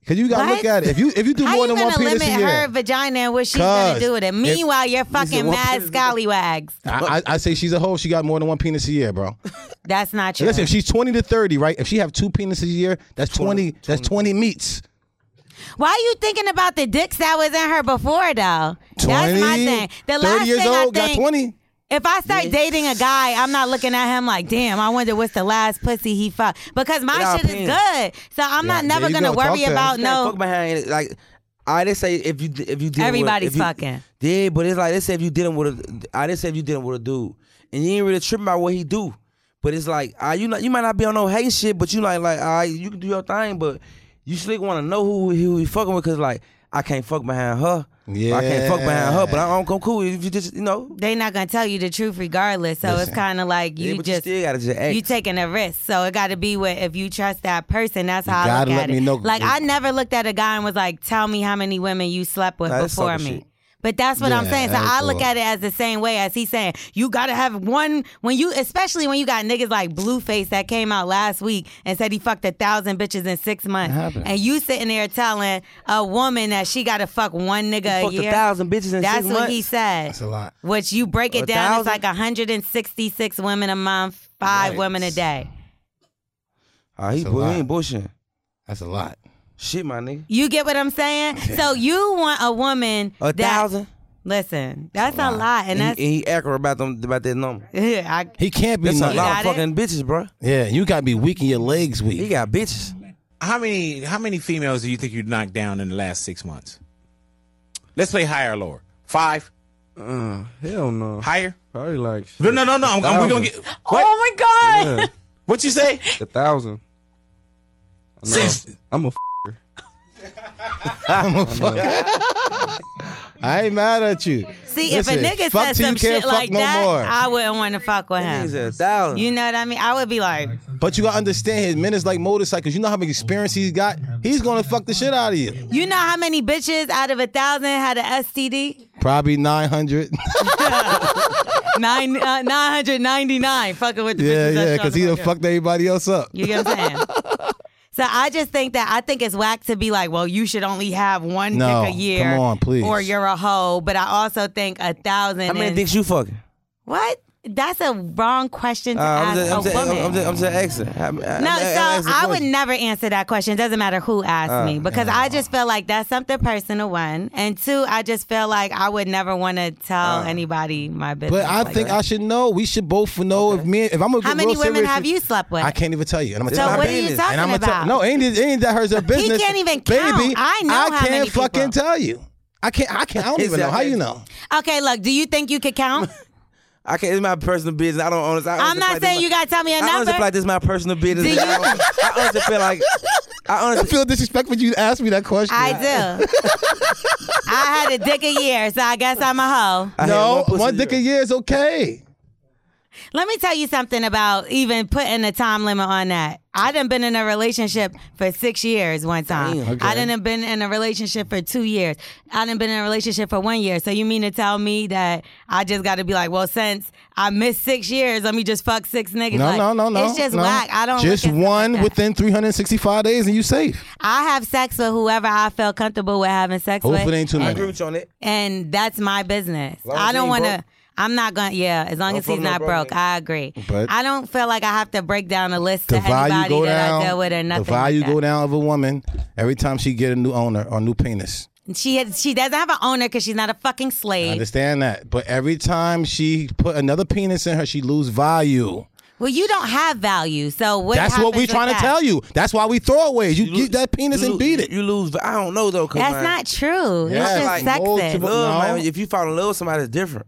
Because you got to look
What?
at it. If you if you do
How
more
you
than one
gonna
penis
limit
a year,
her vagina and what she's gonna
'Cause
do with it?
if-
Meanwhile, you're fucking
one
mad
penis-
scallywags.
I, I, I say she's a hoe. if She got more than one penis a year, bro.
That's not true.
Listen, if she's twenty to thirty, right? If she have two penises a year, that's twenty. that's twenty meats.
Why are you thinking about the dicks that was in her before though? That's my
20,
thing. The
30
last
years
thing
old,
I
got
think,
20.
If I start dating a guy, I'm not looking at him like, damn, I wonder what's the last pussy he fucked. Because my
It all
shit is
depends.
good. So I'm not
there
never
you
gonna
go. Talk
worry
to her.
about
That
no
fuck behind it, like I didn't say if you if you dealing
Everybody's
with, if you-
fucking.
yeah, but it's like they say if you dealing with a I didn't say if you dealing with a dude and you ain't really tripping about what he do, but it's like ah, you not, you might not be on no hate shit, but you like like all right, you can do your thing, but you still want to know who who he fucking with because like I can't fuck behind her. I can't fuck behind her, but I don't come cool if you just you know.
they not gonna tell you the truth regardless. So it's kinda like
yeah,
you
but
just
you still gotta just act.
you taking a risk. So it got to be with if you trust that person. That's how I
gotta
look
let
at
me
it.
know.
Like I never looked at a guy and was like, "Tell me how many women you slept with
Nah, that's
before
sucker
me."
shit.
But that's what I'm
Yeah,
saying. So I look
absolutely.
at it as the same way as he's saying. You gotta have one when you, especially when you got niggas like Blueface that came out last week and said he fucked a thousand bitches in six months,
happened?
and you sitting there telling a woman that she gotta fuck one nigga a
fucked
year.
a thousand bitches in
that's
six
what
months.
he said.
That's a lot.
Which you break it
A
down, it's
thousand?
like 166 women a month, five
Yikes.
women a day.
Ah, he,
That's a
bull-
lot.
he ain't bullshitting.
That's a lot.
Shit, my nigga.
You get what I'm
<laughs>
saying? So you want a woman
A
that-
thousand.
Listen, that's a lot, and
he-
that's
he, accurate about them about that number.
<laughs> I,
He can't be.
That's a
Not,
lot
got
of
it?
fucking bitches, bro.
yeah, you gotta be weak in your legs.
He
Weak.
got bitches.
How many how many females do you think you knocked down in the last six months? Let's play higher or lower.
<laughs>
Five?
Uh, hell no.
Higher?
Probably like shit,
No, no, no, no. I'm, I'm- we're gonna get what?
<laughs> oh my god,
yeah,
What you say?
a thousand. I know.
Six.
I'm a. F-
I'm a fuck. I ain't mad at you.
See,
Listen,
if a nigga
fuck
says
till
some
you
shit
can't fuck
like
no
that,
more.
I wouldn't want to fuck with him. You know what I mean? I would be like,
But you gotta understand his men is like motorcycles. You know how much experience he's got. He's gonna fuck the shit out of you.
you know how many bitches out of a thousand had an
<laughs>
STD?
Probably nine hundred.
<laughs> Nine uh, nine hundred ninety nine. Fucking with the
yeah,
bitches. that
yeah,
shot
because
the
he done
fuck up.
fucked everybody else up.
You get what I'm
<laughs>
saying? so I just think that I think it's whack to be like, well, you should only have one
No,
dick a year,
come on, please.
or you're a hoe. But I also think a thousand.
How many
is-
dicks you fucking?
What? That's a wrong question to
Uh,
ask
I'm just, I'm
a
just,
woman.
I'm just, I'm just asking. I'm, no,
no, so I would never answer that question. It doesn't matter who asked
Uh,
me because I just feel like that's something personal, one. And two, I just feel like I would never want to
Uh.
tell anybody my business.
But I
like
think
that.
I should know. We should both know if me if I'm gonna
How
get
many
real
women
serious-
have you slept with?
I can't even tell you. And I'm gonna
So
tell
what
my
are you
business.
talking
and I'm gonna
about?
Tell, no, ain't it ain't that hurts her business.
can't even count.
Baby,
I know
I
how
can't
many people.
fucking tell you. I can't. I can't. I don't even know how you know.
Okay, look, do you think you could count?
I can't. It's my personal business. I don't own it. <laughs> I
I'm
honestly feel
not
like this
saying
my-
you got to tell me a
I honestly
number.
feel like this is my personal business.
Do
and I,
you-
don't- I honestly feel like I honestly
feel disrespectful you asked me that question.
I
<laughs>
do. I had a dick a year, so I guess I'm a hoe.
no, one, dick a year is okay.
Let me tell you something about even putting a time limit on that. I done been in a relationship for six years one time.
Damn. Okay.
I done have been in a relationship for two years. I done been in a relationship for one year. So you mean to tell me that I just got to be like, well, since I missed six years, let me just fuck six niggas?
No,
Like,
no, no, no.
It's just
no.
whack. I don't.
Just
look at
one within 365 days, and you safe.
I have sex with whoever I feel comfortable with having sex with.
Hopefully it ain't too
I
many.
agree with you on it.
And that's my business.
Long as
I
he
don't
ain't
want
broke.
to. I'm not going. to Yeah, as long
No
as he's
problem, no
not
problem.
broke, I agree.
But-
I don't feel like I have to break down a list to
the value
anybody
go
that
down.
I deal with or
the
nothing.
value
like
go down of a woman every time she get a new owner or new penis.
that. She had, she doesn't have an owner because she's not a fucking
I
slave.
understand that, but every time she put another penis in her, she lose value.
Well, you don't have value, so what?
That's what
happens
we
with
trying to
that?
tell you. That's why we throwaways. You, get that penis and beat it.
You lose. I don't know though. 'cause,
That's
like,
not true. It's
I
just
like
sexist.
multiple- Love, man, if you fall in love with somebody, it's different.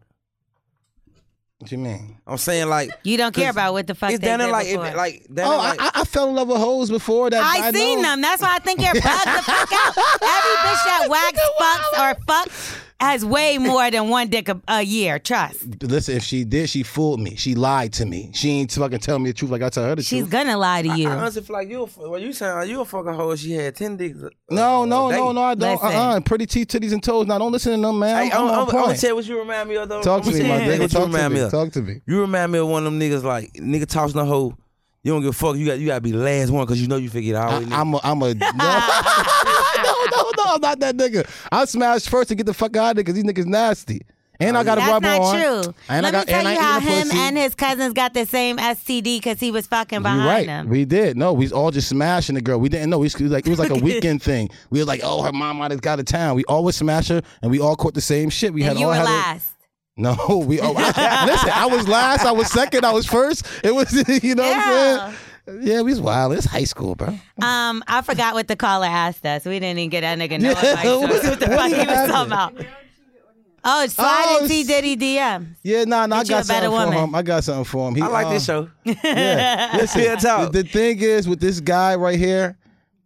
What you mean?
I'm saying like
You don't care about what the fuck
It's
they
down there
did
like
before.
if, like down
Oh,
there
I,
like.
I I fell in love with hoes before that.
I,
know.
seen them. That's why I think you're bugged the fuck
<laughs>
out. Every bitch that wax fucks or fucks has way more than one dick a, a year. Trust.
Listen, if she did, she fooled me. She lied to me. She ain't fucking tell me the truth like I tell her the
She's
truth.
gonna lie to you.
I honestly feel like you. a f- Well, you saying you a fucking hoe? if She had ten dicks.
No, no,
They-
no, no, I don't. Uh,
Listen.
uh pretty teeth, titties, and toes. Now don't listen to them, man.
Hey,
I'm,
I'm, I'm,
on
I'm gonna
point.
tell you what you remind me of though.
Talk to
I'ma
me,
tell
my
you
nigga.
what you
Talk to
remind
me.
of.
Talk to me.
You remind me of one of them niggas like nigga tossing a hoe. You don't give a fuck. You got you gotta be last one because you know you figured out.
I, I'm a, I'm a no, <laughs> no, no, no, I'm not that nigga. I smashed first to get the fuck out of there because these niggas nasty. And I got
That's
a rubber
not
on.
true.
And
Let
I got
me tell
and
you
I
how
eating a
him
pussy.
and his cousins got the same STD because he was fucking behind
You're right.
them.
We did. No, we was all just smashing the girl. We didn't know. We was like it was
<laughs>
like a weekend thing. We were like, oh, her mom might have got out of town. We always smash her, and we all caught the same shit. We
and
had
you
all
were
had a-
last.
No, <laughs> we. Oh, I, listen, I was last. I was second. I was first. It was, <laughs> you know what I'm saying? Yeah, we was wild. It's high school, bro.
Um, I forgot what the caller asked us. We didn't even get that
<laughs>
nigga no
Yeah,
advice. So
what-
what the
what
fuck he was
happened?
talking about? Oh, slide
Oh,
oh, T Diddy DM.
Yeah, nah, nah. I
Get you a
got something
better woman.
for him. I got something for him. He,
I like
uh,
this show.
<laughs> Yeah, listen.
Real
the, the thing is with this guy right here,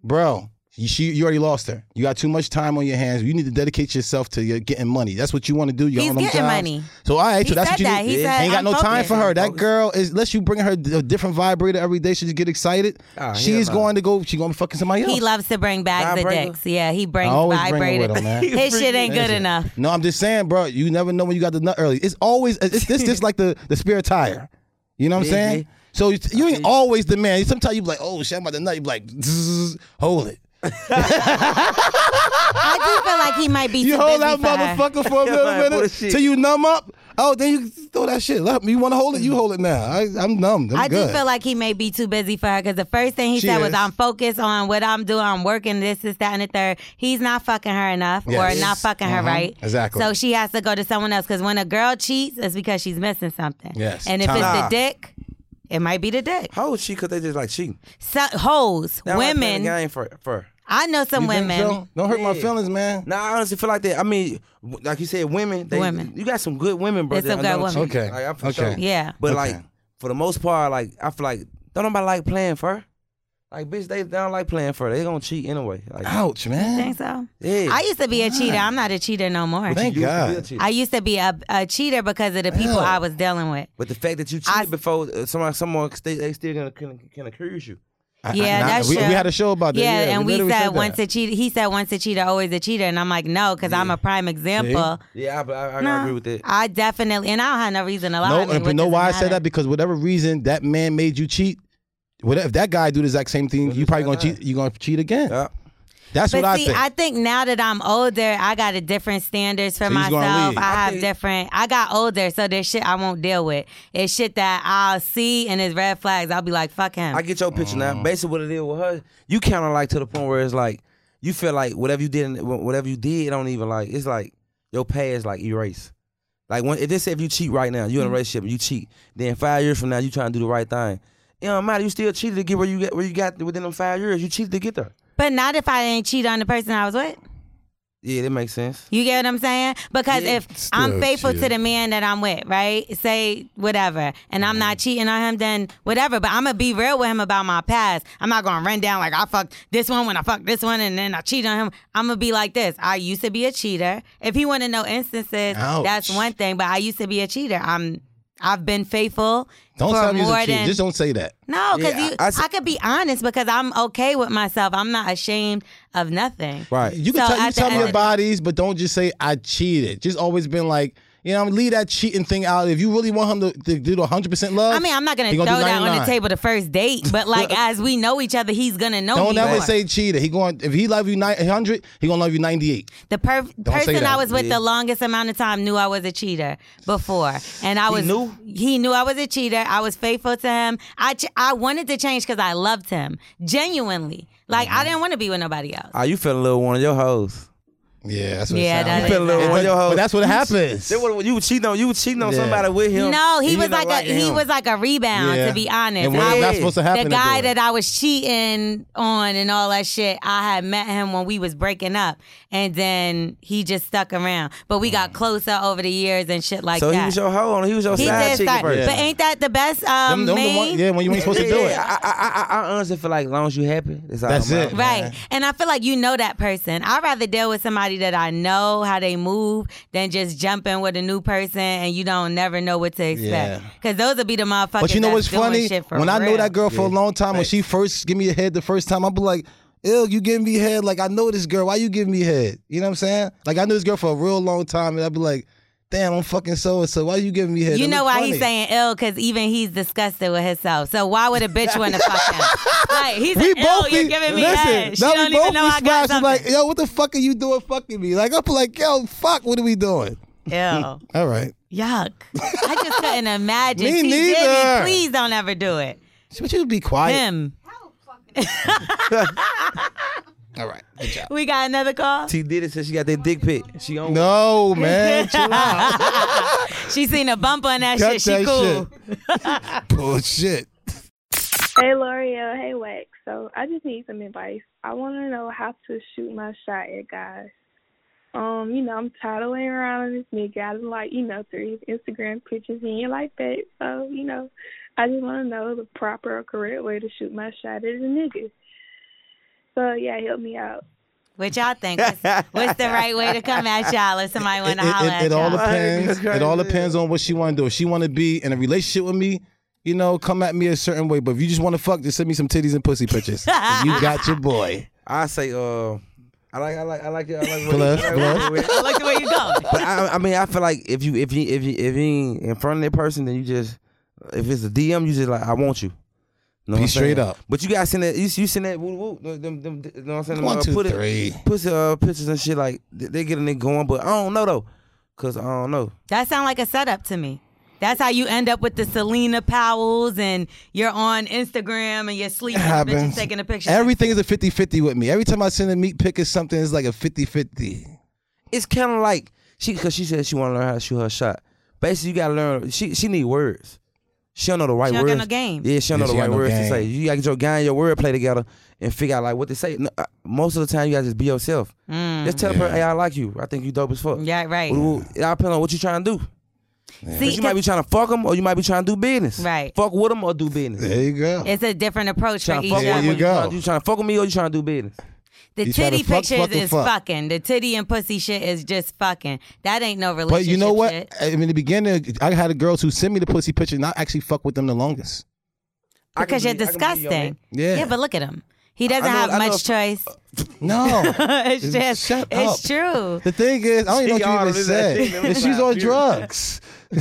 bro. You, she, you already lost her. You got too much time on your hands. You need to dedicate yourself to your getting money. That's what you want to do. You got
He's
all them
getting
jobs.
money.
So all right,
He
so that's
said
what you
that.
need.
He said,
ain't got no
"I'm
time for
focused."
her. That girl is unless you bring her a different vibrator every day. She just get excited.
Ah,
she
hell
is
no.
going to go. She going to be fucking somebody else.
He loves to bring bags of
Vibrator?
dicks. Yeah, he brings
I always bring her
vibrators.
with him,
<laughs>
man.
His shit ain't good
Listen.
enough.
No, I'm just saying, bro. You never know when you got the nut early. It's always
<laughs>
it's this this like the the spare tire. You know what
Yeah,
I'm saying? So you- you ain't always the man. Sometimes you be like, oh shit, I'm about to nut. You be like, "Zzz, hold it.
I do feel like he might be.
You
too
hold
busy
that
for her. <laughs>
motherfucker for a little minute till you numb up. Oh, then you throw that shit. Let me- You want to hold it? You hold it now. I, I'm numb. I'm
I
good.
do feel like he may be too busy for her because the first thing he
She
said
is.
was, "I'm focused on what I'm doing. I'm working this, this, that, and the third. He's not fucking her enough,
Yes.
or not fucking
Mhm.
Uh-huh.
her right.
Exactly.
So she has to go to someone else because when a girl cheats, it's because she's missing something.
Yes.
And if
Time.
it's the
Nah.
dick, it might be the dick.
How old Oh, she? Cause they just like cheating.
So, hoes,
Now I'm not playing
women.
the game for for.
I know some
You think
women.
so?
Don't hurt my feelings, man.
Nah, I honestly feel like that. I mean, w- like you said, women. They,
Women.
You got some good women, bro.
There's
that
some
I
good
know
women.
cheat.
Okay.
Like, I for
Okay.
sure.
Yeah.
But
Okay.
like for the most part, like I feel like don't nobody like playing for. Like, bitch, they, they don't like playing for it. They gonna cheat anyway. Like,
Ouch, man.
Think so?
Yeah.
I used to be a cheater. I'm not a cheater no more.
But you Thank used to be God. a cheater.
I used to be a, a cheater because of the people I was dealing with.
But the fact that you cheated before uh, someone, someone they, they still gonna can, can accuse you.
Yeah, that's
we,
true.
we had a show about that.
Yeah,
Yeah,
and we,
we literally
said
said that.
once a cheater, he said once a cheater, always a cheater, and I'm like, no, because I'm a prime example.
Yeah, I, I, I
No.
agree with it.
I definitely, and I don't have no reason to lie.
No,
I mean,
and
what
you know
does it
why I
matter?
said that? Because whatever reason that man made you cheat, whatever if that guy do the exact same thing, you probably gonna cheat. You gonna cheat again. That's
but
what
see,
I think.
I think now that I'm older, I got a different standards for
So he's gonna
myself.
leave.
I,
I
have
think-
different. I got older, so there's shit I won't deal with. It's shit that I'll see and it's red flags. I'll be like, fuck him.
I get your picture
Mm-hmm.
now. Basically, what it is with her, you kind of like to the point where it's like you feel like whatever you did, whatever you did, don't even like. It's like your past like erase. Like when if they say if you cheat right now, you
Mm-hmm.
in a relationship, you cheat. Then five years from now, you trying to do the right thing. It don't matter. You still cheated to get where you get where you got within them five years. You cheated to get there.
but not if I didn't cheat on the person I was with.
Yeah, that makes sense.
You get what I'm saying? Because
Yeah.
if I'm
Still
faithful to
cheating.
the man that I'm with, right? Say whatever, and I'm
Mm-hmm.
not cheating on him, then whatever. But I'm gonna be real with him about my past. I'm not gonna run down like I fucked this one when I fucked this one, and then I cheated on him. I'm gonna be like this. I used to be a cheater. If he want to know instances, that's one thing. But I used to be a cheater. I'm. I've been faithful
don't
for
tell me
more
it's a cheat.
than
Just don't say that.
no, because
Yeah,
you,
I- I
I,
s-
could be honest because I'm okay with myself. I'm not ashamed of nothing.
You can
So
tell, you
at the
tell me
end
your
of-
bodies, but don't just say I cheated. Just always been like, you know, leave that cheating thing out. If you really want him to, to do the 100% love,
I mean, I'm not gonna
Oh, he
throw
do
that on the
99.
table the first date, but like as we know each other, he's gonna know
Don't
me.
ever
more.
say cheated. He going if he love you 900, he gonna love you 98.
the perf-
Don't say
person
that.
I was with
Yeah.
the longest amount of time knew I was a cheater before, and I
He
was
knew?
he knew I was a cheater. I was faithful to him. I ch- I wanted to change because I loved him genuinely. Like
Mm-hmm.
I didn't want to be with nobody else.
Ah, you fell in love with one of your hoes.
Yeah, that's
what it Yeah, sound that
you
like.
fell in love with
But-
one of your hoes.
but that's what
You-
happens.
That what, you were cheating on. You were cheating on
Yeah.
somebody with him.
No, he
and you
was
ended up
like a
liking
he
him.
was like a rebound.
Yeah.
To be honest,
And what
I
was not
was-
supposed to happen
The
to
guy
him.
that I was cheating on and all that shit, I had met him when we was breaking up, and then he just stuck around. But we
Mm.
got closer over the years and shit like
so
that.
he was your hoe, and he was your
He
side
did
chick at
start-
first.
but ain't that the best um, main?
Yeah, I, I, I, I honestly feel like as long as you happy, that's all.
That's
I'm
<laughs> it.
out.
Right. And I feel like you know that person. I'd rather deal with somebody that I know how they move than just jump in with a new person and you don't never know what to expect.
Yeah.
Because those would be the motherfuckers.
But you know what's
that's doing
funny?
shit for
When I know
real.
that girl for a long time, when she first give me a head the first time, I'll be like, ew, you giving me head. Like, I know this girl. Why you giving me head? You know what I'm saying? Like, I knew this girl for a real long time, and I'd be like, damn, I'm fucking so and so. Why you giving me head?
You
That
know
look
why
funny.
he's saying ill? Because even he's disgusted with himself. So why would a bitch want to fuck
<laughs>
him? Like he's
we
an ill.
both
You're
be-
giving me
listen,
head. She
now
don't
we both
even know
be
I got
smashed. I'm
something.
like, yo, what the fuck are you doing fucking me? Like, I'm like, yo, fuck, what are we doing? Hmm,
Ew.
All right.
Yuck. I just couldn't imagine.
<laughs> Me
T. Diddy,
neither.
please don't ever do it.
But you be quiet.
Him.
All right. Good job.
We got another call.
T did it since she got that dick pic. She on.
No
<laughs>
Oh, man,
<laughs>
chill out.
she seen a bump on that
Cut
shit. She
that
cool.
Oh, Bullshit.
Hey L'Oreal, hey Wax. So I just need some advice. I want to know how to shoot my shot at guys. Um, you know, I'm tired of laying around on this nigga. I just like, you know, through his Instagram pictures and you like that. So, you know, I just want to know the proper or correct way to shoot my shot at a nigga. So yeah, help me out.
What y'all think? What's, what's the right way to come at y'all if somebody want
It,
to holler
it-
at
it all
y'all?
depends. It all depends on what she want to do. If she want to be in a relationship with me, you know, come at me a certain way. But if you just want to fuck, just send me some titties and pussy pictures.
<laughs>
you got your boy.
I say, uh, I like, I like, I like, I like. what- <laughs>
Bless,
I like
bless.
what-
I like the way you go.
But I, I mean, I feel like if you, if you, if you, if you ain't in front of that person, then you just, if it's a DM, you just like, I want you. Know what
Be
I'm
straight
saying?
up.
But you gotta send that. You, you send that. Woo, woo, them, them, them, you know what I'm saying?
One,
uh,
two,
put
three.
It, pussy uh, pictures and shit like they, they get a nigga going, but I don't know though, cause I don't know.
That sound like a setup to me. That's how you end up with the Selena Powells and you're on Instagram and you're sleeping.
It
and the bitch
happens.
is taking a picture.
Everything is a 50-50 with me. Every time I send a meat pic or something, it's like a 50-50.
It's kind of like she, cause she said she want to learn how to shoot her shot. Basically, you gotta learn. She she need words. She don't know the right
She don't
words.
got no game.
Yeah, she don't
Yeah,
know
she
the right
got no
words
game.
to say. You gotta get your guy and your word play together and figure out like what to say. No, uh, most of the time, you gotta just be yourself.
Mm.
Just tell her, hey, I like you. I think you dope as fuck.
Yeah, right.
Ooh, ooh, it all depends on what you trying to do.
See,
you might be trying to fuck them, or you might be trying to do business.
Right.
Fuck with them or do business.
There you go.
It's a different approach for
Trying to
each
fuck with
other.
'em or trying- You trying to fuck with me or you trying to do business?
The
You try to
titty
fuck,
pictures
fuck, and
is
fuck.
fucking. The titty and pussy shit is just fucking. That ain't no relationship.
But you know what?
shit.
I- In the beginning, I had girls who sent me the pussy picture, and I actually fuck with them the longest.
Because you're
believe- I can believe your
disgusting.
man. Yeah.
Yeah, but look at him. He doesn't
I know-
have
I know
much choice.
<laughs> No,
it's just.
Shut up.
it's true.
The thing is, I don't even know
Y'all
what you
really
even said.
that thing
And
about
she's on
you. <laughs>
drugs. <laughs>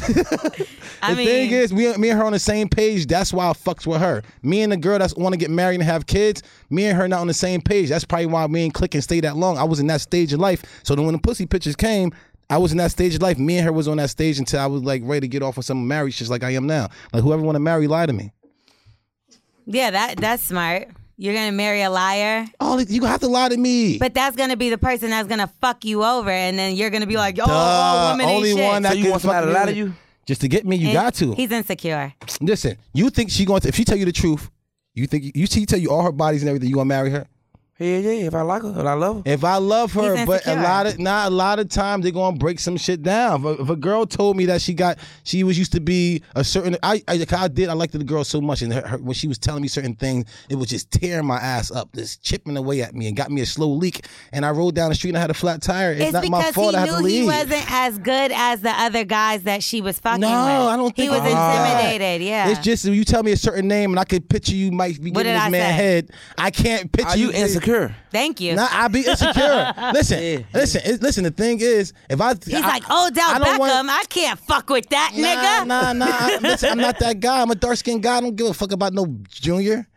I
the
mean-
thing is, we, me and her on the same page. That's why I fucks with her. Me and the girl that's want to get married and have kids. Me and her not on the same page. That's probably why we ain't click and stay that long. I was in that stage of life. So then when the pussy pictures came. I was in that stage of life. Me and her was on that stage until I was like ready to get off of some marriage, just like I am now. Like whoever want to marry, lie to me.
Yeah, that that's smart. You're gonna marry a liar.
Oh, you have to lie to me.
But that's gonna be the person that's gonna fuck you over, and then you're gonna be like, "Oh,
Duh,
all women
only
ain't shit."
one that can fuck me with- Just to get me, you
And
got to.
He's insecure.
Listen, you think she going to? If she tell you the truth, you think you she tell you all her bodies and everything, you gonna marry her?
Yeah, yeah. If I like her, if I love her.
If I love her,
He's
but a
insecure.
lot of not a lot of times they gonna break some shit down. If a, if a girl told me that she got she was used to be a certain, I I, I did I liked the girl so much, and her, her, when she was telling me certain things, it was just tearing my ass up, just chipping away at me, and got me a slow leak. And I rolled down the street and I had a flat tire. It's,
It's,
not
because
my fault.
he
I have
knew
to leave.
he wasn't as good as the other guys that she was fucking
No,
with.
I don't
he
think
was
it's that.
intimidated. Yeah,
It's just if you tell me a certain name and I could picture you might be
What
giving
did
this
I
man
say?
head. I can't picture
Are you insecure?
Thank you.
Nah, I be
<laughs>
insecure. listen,
Yeah.
listen, it- listen. The thing is, if I
He's like, "Oh,
I
Odell
don't
Beckham,
wanna-
I can't fuck with that nigga."
Nah, nah. I, listen,
<laughs>
I'm not that guy. I'm a dark skinned guy. I don't give a fuck about no junior.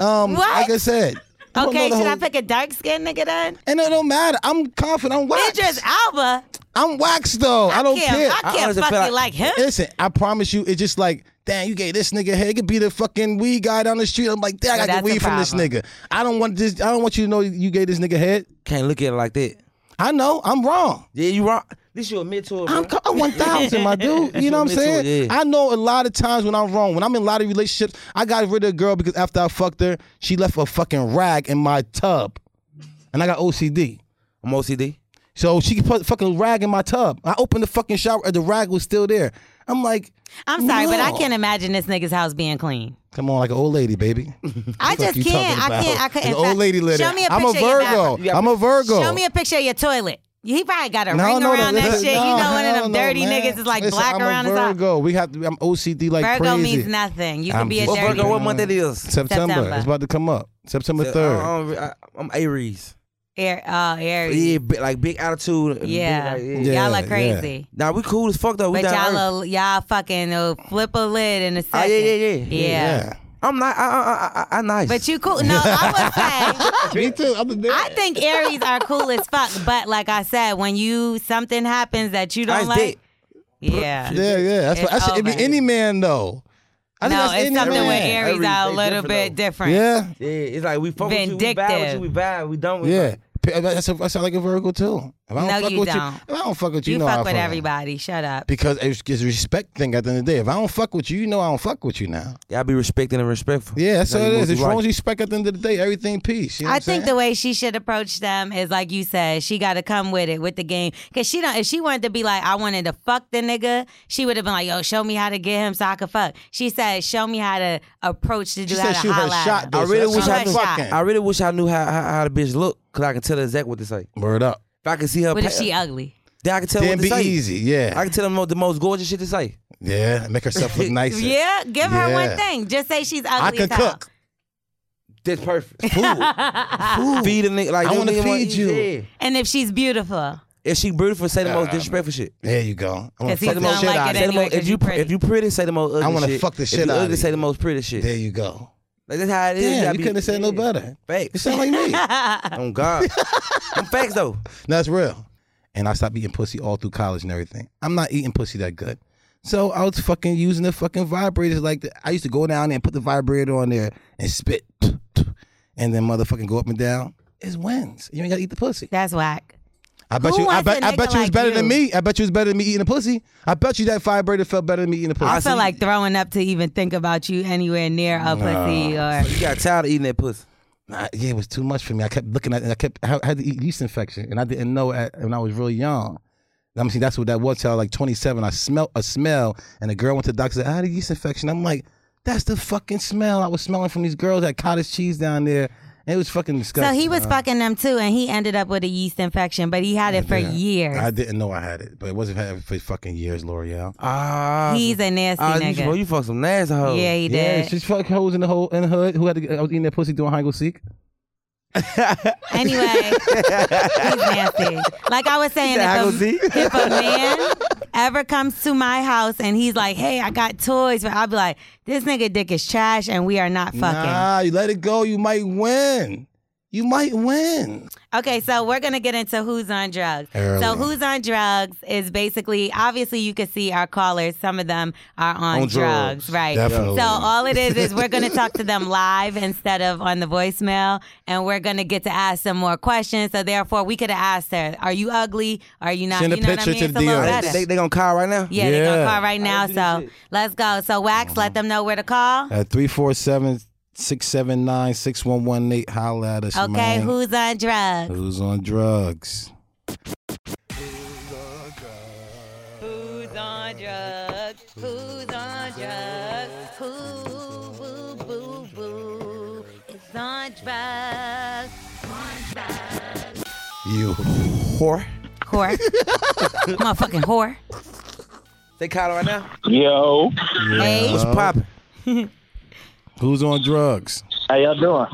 Um,
What?
Like I said. I don't
Okay,
know
should
the
I
whole-
pick a dark skinned nigga then?
And it don't matter. I'm confident. I'm waxed.
Idris Alba.
I'm waxed though. I, don't
can't-
care.
I can't honestly fuck feel you like- like him.
Listen, I promise you, it's just like, damn, you gave this nigga head. It could be the fucking weed guy down the street. I'm like, damn, I got
That's
the
the
weed from this
problem.
nigga. I don't want this. I don't want you to know you gave this nigga head.
Can't look at it like that.
I know. I'm wrong.
Yeah, you wrong. This you admit to it.
I'm co- I'm 1,000,
<laughs>
my dude. You know what I'm saying? I know a lot of times when I'm wrong. When I'm in a lot of relationships, I got rid of a girl because after I fucked her, she left a fucking rag in my tub. And I got OCD.
I'm OCD.
So she put a fucking rag in my tub. I opened the fucking shower, and the rag was still there. I'm like,
I'm sorry, but I
No.
can't imagine this nigga's house being clean.
Come on, like an old lady, baby.
I just can't. I can't. I couldn't.
An old lady litter.
Show me a
I'm a
picture of your bathroom.
Virgo. I'm a Virgo.
Show me a picture of your toilet. He probably got a
No,
ring
no, no,
around that
listen,
shit.
no,
you know, one of
hell
them
no,
dirty
man.
niggas is like
Listen,
black
I'm
around
a
his eye.
Virgo. We have to, I'm OCD like
Virgo
crazy.
means nothing. You
I'm
can be a
just-
dirty.
is? uh-uh.
September.
September.
It's about to come up. September
I-
third.
I don't re- I- I'm Aries.
Air, oh, Aries.
Yeah, bi- like big attitude. and
Yeah.
big,
Y'all Yeah, are yeah. crazy.
Nah, we cool as fuck though. We
But
down
y'all,
to earth.
a- y'all fucking uh, flip a lid in a second.
Ah, yeah, yeah, yeah.
Yeah.
I'm not. I, I, I, I, I nice.
But you cool. No,
<laughs>
I would say.
<laughs> Me too. I'm the
I think Aries are cool as fuck. But like I said, when you something happens that you don't
Ice
like,
dick.
yeah,
Yeah, yeah. That's what,
It's
that's, it'd be
over.
any man though. I think
no,
that's
it's
any
something
man.
with Aries are a little bit different.
Yeah.
Yeah, it's like we fuck with you, we vibe with you, we vibe, we done with you.
Yeah. P- uh, That's a, I sound like a Virgo too. If I don't
No,
fuck
you
with
don't.
you, if I don't fuck with you,
You
know I
fuck with
with you.
everybody. Shut up.
Because it's, it's a respect thing at the end of the day. If I don't fuck with you, you know I don't fuck with you now.
Y'all be respecting and respectful.
Yeah, that's
Now
all
you
it is.
must
As
be
long
right.
as you respect at the end of the day, everything peace. You know
I
what I'm
think
saying?
the way she should approach them is like you said, she got to come with it with the game. Cause she don't. If she wanted to be like, I wanted to fuck the nigga, she would have been like, Yo, show me how to get him so I could fuck. She said, Show me how to approach the dude. how to holla at him.
I really wish I
Shoot
knew.
her shot.
I really wish I knew how how, how the bitch look, cause I can tell her exactly what to say.
Word up.
If I can see her,
What if
pa-
she ugly?
Then I can tell
Then
her what
be
to say.
easy, yeah.
I can tell them mo- the most gorgeous shit to say.
Yeah, make
<laughs>
herself look nicer.
Yeah, give her
Yeah.
one thing. Just say she's ugly.
I can
as hell.
cook.
That's perfect.
<laughs>
Feed a nigga like
I
them
wanna
nigga want-
feed you.
yeah.
And if she's beautiful,
If she beautiful, say the most
Uh,
disrespectful shit.
There you go. I wanna
'Cause he's
fuck the
gonna
shit
like
out
it
of you.
Say the
anyway,
most-
'cause
if you
you
pr-
pretty.
if you pretty, say the most ugly
I
want
wanna
to
fuck the shit
if you
out of
ugly,
you.
say the most pretty shit.
There you go.
Like that's how it is.
Damn,
gotta
you
be-
couldn't have said no better.
Facts.
You sound
<laughs>
like me.
<laughs> On God. I'm facts though.
<laughs> No, that's real. And I stopped eating pussy all through college and everything. I'm not eating pussy that good. So I was fucking using the fucking vibrators. Like the, I used to go down there and put the vibrator on there and spit, <sniffs> and then motherfucking go up and down. It's wins. You ain't gotta eat the pussy.
That's whack.
I bet
Who
you. I
wants
bet.
a
I bet
nigga
you was
like
better than
you?
me. I bet you was better than me eating a pussy. I bet you that vibrator felt better than me eating a pussy.
I feel like throwing up to even think about you anywhere near a pussy or
You got tired of eating that pussy.
Nah, yeah, it was too much for me. I kept looking at it. and I kept. I had to eat yeast infection, and I didn't know at, when I was real young I'm seeing that's what that was till I was like 27. I smell a smell, and the girl went to the doctor said, I had a yeast infection. I'm like, that's the fucking smell I was smelling from these girls that cottage cheese down there. And it was fucking
So
disgusting.
he was
Uh,
fucking them too, and he ended up with a yeast infection, but he had it for
yeah.
years.
I didn't know I had it, but it wasn't had it for fucking years, L'Oreal.
Ah,
He's a nasty
ah, you,
nigga.
well, you fuck some nasty hoes.
Yeah, he
Yeah,
did.
she's fuck hoes in the whole in the hood who had to, I was eating their pussy doing hide and go seek.
Anyway, he's nasty.
<laughs>
Like I was saying,
said, "I go
if
see."
a, if a
<laughs>
man ever comes to my house and he's like, "Hey, I got toys," but I'll be like, "This nigga dick is trash, and we are not fucking."
Nah, you let it go, you might win. You might win.
Okay, so we're gonna get into who's on drugs.
Early.
So who's on drugs is basically obviously you can see our callers. Some of them are on,
On drugs,
right?
definitely.
So all it is is we're gonna talk to
<laughs>
them live instead of on the voicemail, and we're gonna get to ask them more questions. So therefore, we could have asked her, "Are you ugly? Are you not?"
Send a
you know what I
picture
mean?
to
It's
the
a little
DM.
better.
They- they gonna call right now?
Yeah, they're gonna
Yeah.
call right now. So let's go. So Wax,
Uh-huh.
let them know where to call.
At 347 679 6118, holla at us.
Okay,
man.
who's on drugs?
Who's on drugs?
Who's on drugs? Who's on drugs? Who, boo, boo, boo, is on drugs?
You whore.
<laughs>
Whore. Motherfucking whore.
They call right now.
Yo.
Hey. What's poppin'?
Who's on drugs?
How y'all doing?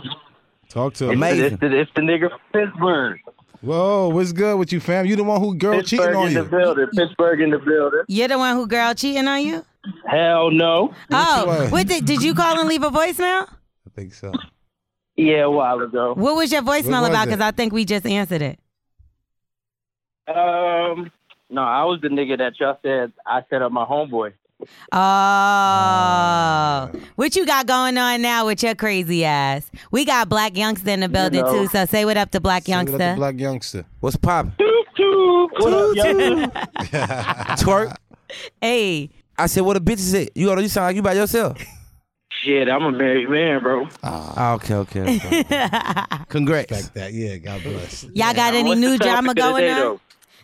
Talk to
It's,
him.
It's, the, it's the nigga from Pittsburgh.
Whoa, what's good with you, fam? You the one who girl cheating
Pittsburgh
on
in
you.
the building. Pittsburgh in the building.
You're the one who girl cheating on you?
Hell no.
Oh, what did, did you call and leave a voicemail?
I think so.
Yeah, a while ago.
What was your voicemail
What was
about?
it?
Because I think we just answered it.
Um, no, I was the nigga that y'all said I set up my homeboy.
Oh, what you got going on now with your crazy ass? We got Black Youngster in the building
know.
too, so say what up to Black Youngster.
Look at the black youngster.
What's poppin'?
What
<laughs>
up, youngster?
Twerk.
Hey.
I said, what a bitch is it? You you sound like you by
<laughs>
yourself.
Shit, I'm a married man, bro.
Ah, okay, okay.
<laughs>
<laughs>
okay. Congrats. Respect
that. Yeah, God bless.
Y'all got any
What's the
<laughs>
new
topic
drama
of the
going
day,
on?
though?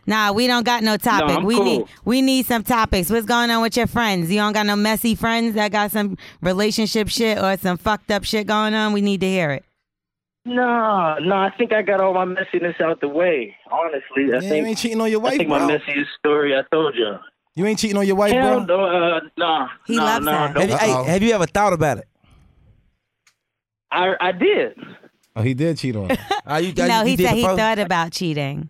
Nah, we don't got no topic.
I'm
we
cool.
need we need some topics. What's going on with your friends? You don't got no messy friends that got some relationship shit or some fucked up shit going on? We need to hear it.
No, no, I think I got all my messiness out the way. Honestly, I
Yeah, you
think
ain't cheating on your
I
wife,
think
bro.
my messiest story I told you.
You ain't cheating on your wife,
Hell
bro.
no, uh, nah, nah, nah,
Have you,
nah.
hey, have you ever thought about it?
I I did.
Oh, he did
<laughs>
cheat on. her.
Are you,
no, he said he thought about cheating.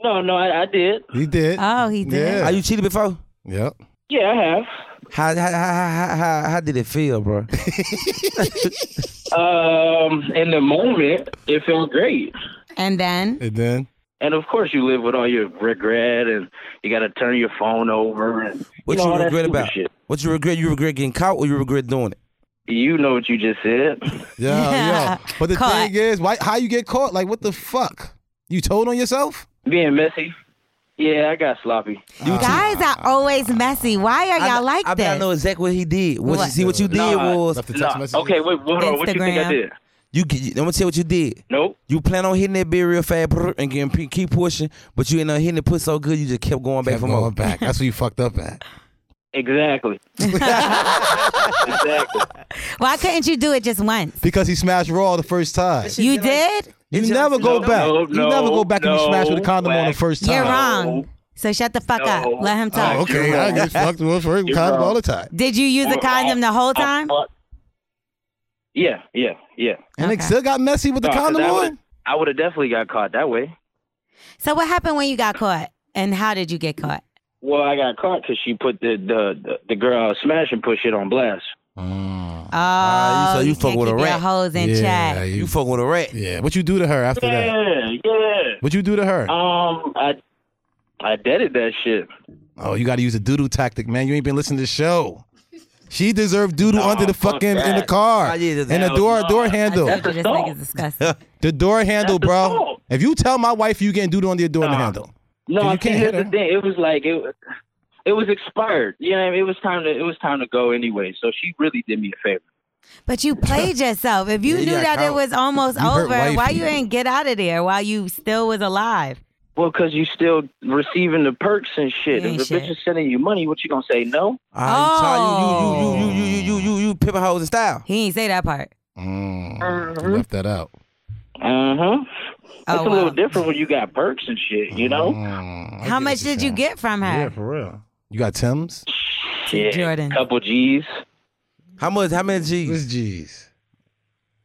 No, no, I, I did.
He did.
Oh, he did.
Are you cheated before?
Yep.
Yeah, I have.
How how, how, how, how, how did it feel,
<laughs>
bro?
Um, in the moment, it felt great.
And then
And then
And of course, you live with all your regret, and you got to turn your phone over. And,
What
you,
you,
know, all that
regret
stupid
about?
Shit.
What you regret? You regret getting caught, or you regret doing it?
You know what you just said.
<laughs>
<laughs>
Yeah, yeah. But the thing is, why? How you get caught? Like, what the fuck? You told on yourself?
Being messy. Yeah, I got sloppy.
Guys are always messy. Why are y'all like
I
this?
bet I know exactly what he did. What, You,
What?
see, what you did
Nah,
was
left the text nah. message. Okay, wait, hold on. What you think I Instagram. did?
You, get- you- I'm gonna tell you what you did.
Nope.
You plan on hitting that beer real fast brr, and getting, pe- keep pushing, but you ended up hitting the push so good you just kept going back
Kept
for
going
more.
back. That's what you fucked up at.
Exactly. exactly.
<laughs> Why couldn't you do it just once?
Because he smashed Raw the first time.
You did?
You never go
No,
back.
no,
you never go back and you
no,
smash with a condom on the
whack.
first time.
You're wrong. So shut the fuck up. Let him talk.
Oh, okay, I get fucked with a
<laughs> You're
condom
wrong.
all the time.
Did you use a condom the whole time?
Uh, Yeah, yeah, yeah.
And it still got messy with the
Nah, 'cause
condom
I
on.
would've- I would have definitely got caught that way.
So what happened when you got caught? And how did you get caught?
Well, I got caught because she put the, the the the girl I was smashing put shit on blast.
Mm.
Oh,
so you, fuck
can't
with a
keep your
rat.
hoes in check.
You, fuck with a rat.
Yeah. What you do to her after that?
Yeah, yeah.
What you do to her?
Um, I I deaded that shit.
Oh, you got to use a doodle tactic, man. You ain't been listening to the show. She deserved doodle under the
fuck
fucking in the
that.
car
I
and
did
the
that.
door
Hell
door
no.
handle.
That's That's assault.
Niggas disgusting.
<laughs> The door handle, bro. If you tell my wife you getting doodle under your door handle,
No,
you
see,
can't hit
here's the
her.
thing. It was like it was- it was expired. You know, what I mean? it was time to it was time to go anyway. So she really did me a favor.
But you played yourself. If you
Yeah, you
knew
got
that it
caught.
was almost
You hurt
over, why
wifey.
you ain't get out of there while you still was alive?
Well, because you still receiving the perks and shit.
Ain't
If a
shit.
bitch is sending you money, what you gonna say? No.
Oh. You, you, you, you, you, you, you, you pimping hoes in style.
He ain't say that
<laughs>
part.
mm, Left that out.
Uh huh.
Oh,
Uh-huh. it's a little different when you got perks and shit. You know.
Mm.
How much did you get from her?
for real. You got Tim's?
Yeah.
Jordan.
Couple G's.
How much? How many G's?
What's G's?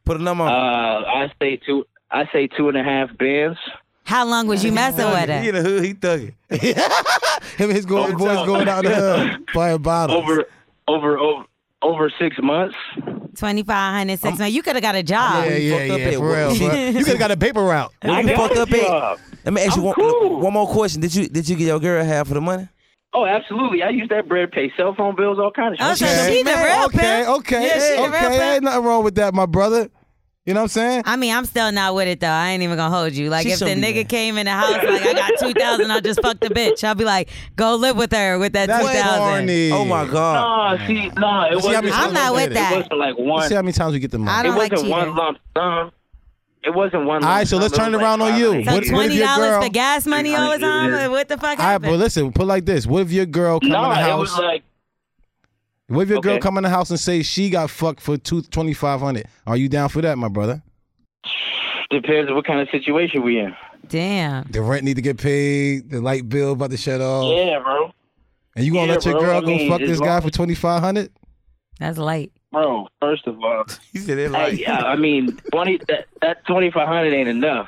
Put a number
Uh,
on.
I say two. I say two and a half bands.
How long was you messing with
He
her?
in the hood, he thugging.
<laughs> Him and his, go- his boys going out the
<laughs>
hood buying bottles.
Over, over, over, over six months.
Twenty five hundred six. Now you could have got a job.
yeah, yeah, yeah, for
<laughs>
real. bro. You could have got a paper route.
When you fucked up, at, let me ask you one, one more question. Did you did you get your girl half of the money?
Oh, absolutely. I use that bread to pay cell phone bills, all kind of shit.
okay, okay, Oh,
Yeah, she the real
okay. Ain't nothing wrong with that, my brother. You know what I'm saying?
I mean, I'm still not with it though. I ain't even gonna hold you. Like,
She
if the
showed me
nigga came in the house, like I got two thousand, I just fucked the bitch. I'll be like, go live with her with that two thousand.
Oh my
God. Nah, see, nah, it
You see how
wasn't.
many times
I'm not
we
with
did it?
that. It
wasn't like one-
You see how many times we get the money?
it wasn't one lump sum. It wasn't one.
All right,
lump
so let's turn
sum. It was
it around
like
on you.
So
What- what if
twenty
your
dollars
girl-
for gas money all the time. What the fuck
All right, but
happened?
listen, put it like this: What if your girl come
No,
in the
it
house?
was like
what if your girl
Okay.
come in the house and say she got fucked for two twenty five hundred? Are you down for that, my brother?
depends on what kind of situation we in.
Damn.
The rent need to get paid. The light bill about to shut off.
Yeah, bro.
And you gonna
yeah,
let your
bro,
girl
I
go
mean,
fuck
as
this
long-
guy for twenty five hundred?
That's light.
Bro, first of
<laughs>
all,
you said it
like, yeah, I mean, twenty that that twenty five hundred ain't enough.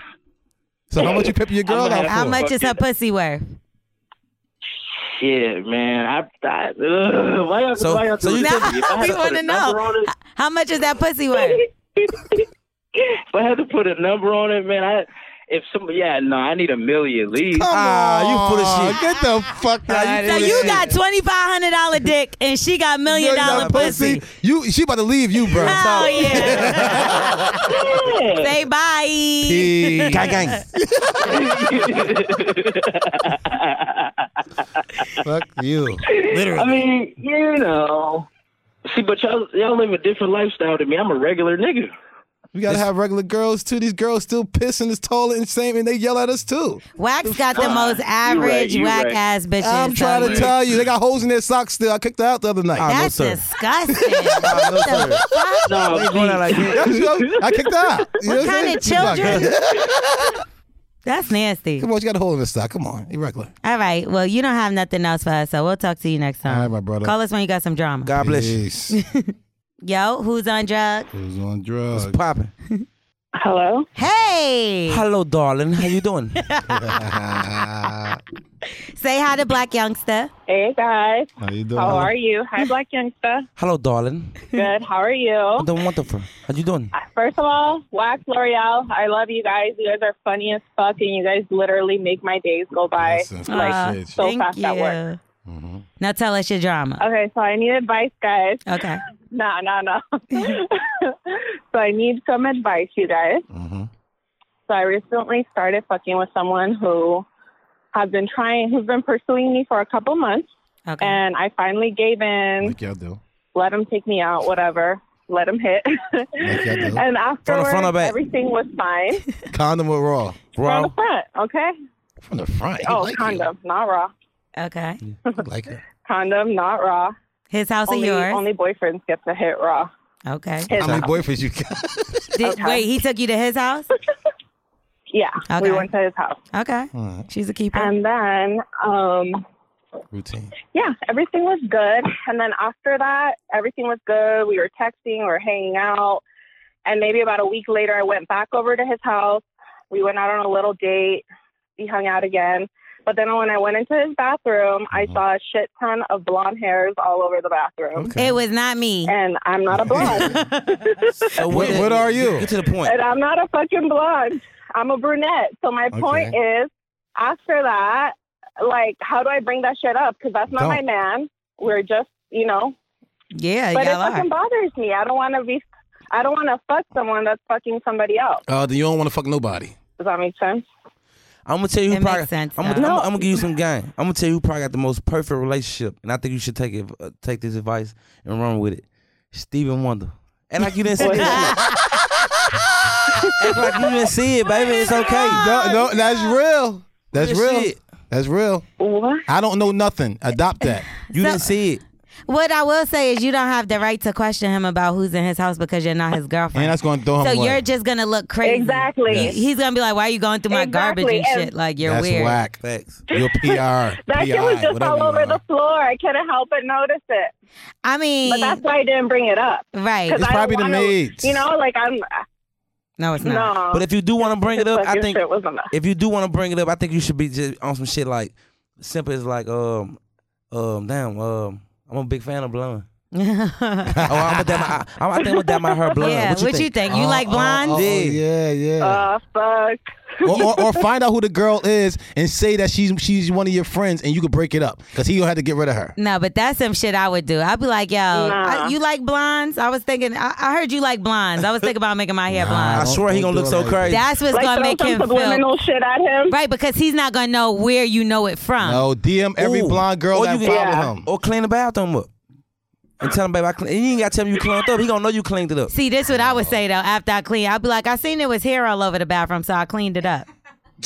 So how much you pimping your girl out for?
How much is her pussy worth?
Shit, man, I, I ugh, why y'all
So-
why y'all
so
do
you
this
Now
to me? If I
<laughs>
had
we
to put
want
a
to
number
know
on it-
H- how much is that pussy
<laughs>
worth?
if I had to put a number on it, man, I if some yeah, no, I need a million at least.
ah, you full of shit. Get the fuck out
So you got twenty five hundred dollar dick and she got million dollar pussy.
You she about to leave you, bro.
Oh yeah. <laughs>
<laughs>
Say bye.
Peace. Gang, gang. Fuck you. Literally.
I mean, you know. See, but y'all y'all live a different lifestyle than me. I'm a regular nigga.
We gotta have regular girls too. These girls still pissing this toilet and same, and they yell at us too.
Wax got the most
right,
average
you
whack
right.
ass bitches.
I'm trying to
out
tell you, they got holes in their socks still. I kicked her out the other
Ah,
night.
there. That's
<laughs>
disgusting. What the fuck?
That's what- I kicked
<laughs>
her out. You know
What
I'm
kind of
saying? <laughs>
children? <laughs> That's nasty.
Come on, you got a hole in the sock. Come on, you regular.
All right. Well, you don't have nothing else for us, so we'll talk to you next time.
All right, my brother.
Call us when you got some drama.
God bless
you.
Yo, who's on drugs?
Who's on drugs?
What's popping?
Hello.
Hey.
Hello, darling. How you
<laughs>
doing?
<laughs> Say hi to Black Youngster.
Hey guys.
How you
How
uh,
are you? Hi,
<laughs>
Black Youngsta.
Hello, darling.
Good. How are you?
I'm doing wonderful. How you doing?
First of all, Wax L'Oreal, I love you guys. You guys are funny as fuck, and you guys literally make my days go by
Aw,
like so
thank
fast
you.
at work.
Now tell us your drama.
Okay, so I need advice, guys. <laughs>
Okay.
No, no,
<laughs>
no. <laughs> so I need some advice, you guys.
Mm-hmm.
So I recently started fucking with someone who has been trying, who's been pursuing me for a couple months,
okay.
and I finally gave in.
Like y'all do.
let him take me out, whatever. Let him hit. <laughs>
do.
and
Front or
afterwards,
front or back?
everything was
<laughs>
fine.
Condom or raw?
From the front, okay?
From the front. He
oh,
like
condom, not raw.
Okay.
<laughs>
you. He like it.
Condom, not raw.
His house or
only,
yours?
Only boyfriends get to hit raw.
Okay.
How many boyfriends you got?
Did, Wait, he took you to his house?
<laughs> Yeah,
Okay.
we went to his house.
Okay. She's a keeper.
And then, um,
Routine.
yeah, everything was good. And then after that, everything was good. We were texting, we were hanging out. And maybe about a week later, I went back over to his house. We went out on a little date. We hung out again. But then when I went into his bathroom, I saw a shit ton of blonde hairs all over the bathroom.
It was not me.
And I'm not a blonde.
So
what, what are you?
Get to the point.
and I'm not a fucking blonde. I'm a brunette. So my point is, after that, like, how do I bring that shit up? Because that's not my
Don't.
man. We're just, you know,
Yeah, you
but it
got
fucking
a lot.
bothers me. I don't want to be. I don't want to fuck someone that's fucking somebody else.
Uh, then you don't want to fuck nobody.
Does that make sense?
I'm gonna tell you. Who
It makes
probably,
sense,
I'm,
though.
gonna, I'm, gonna give you some game. I'm gonna tell you who probably got the most perfect relationship, and I think you should take it, uh, take this advice and run with it. Steven Wonder. And like you didn't see
<laughs>
it. Act like you didn't see it, baby. It's okay.
No, no, that's real. That's
Good
real.
shit.
That's real.
What?
I don't know nothing. Adopt that.
You didn't see it.
<laughs> What I will say is you don't have the right to question him about who's in his house because you're not his
<laughs>
girlfriend.
And that's going to throw him
so
away.
you're just gonna look crazy. Exactly. He's gonna be like, "Why are you going through my garbage and
Exactly,
shit? Like you're
That's
weird."
whack.
Thanks.
Your
<laughs>
PR.
That shit was
PI,
just
whatever
all
you
over
are.
the floor. I couldn't help but notice it.
I mean,
but that's why I didn't bring it up.
Right.
'Cause
It's
I don't
probably the
wanna-
maids.
You know, like I'm.
No,
it's not. No.
But if you
<laughs>
do want to bring it up,
Just
I
like
think
your shit was enough.
if you do want to bring it up, I think you should be just on some shit like simple as like um um damn um I'm a big fan of blonde.
<laughs>
<laughs> oh, I'm a damn, I, I, I think I'm a damn my her blonde.
Yeah,
what you
what
think?
you think? You Oh, like oh, blondes? oh,
Uh, yeah, yeah.
Uh, fuck.
or, or,
<laughs>
or find out who the girl is and say that she's she's one of your friends and you could break it up because he gonna have to get rid of her.
No, but that's some shit I would do. I'd be like, "Yo,
Nah.
I- you like blondes? I was thinking. I, I heard you like blondes. I was thinking about making my hair blonde.
I swear he gonna look so crazy.
That's what's gonna make him feel
shit at him,
right? Because he's not gonna know where you know it from.
No, DM every
Ooh.
blonde girl
Or
that
you
follow
can-
him.
Or clean the bathroom up. And tell him, baby, I clean. And you ain't got to tell him you cleaned up. He gonna know you cleaned it up.
See, this what I would say though. After I clean, I'd be like, "I seen it was hair all over the bathroom, so I cleaned it up."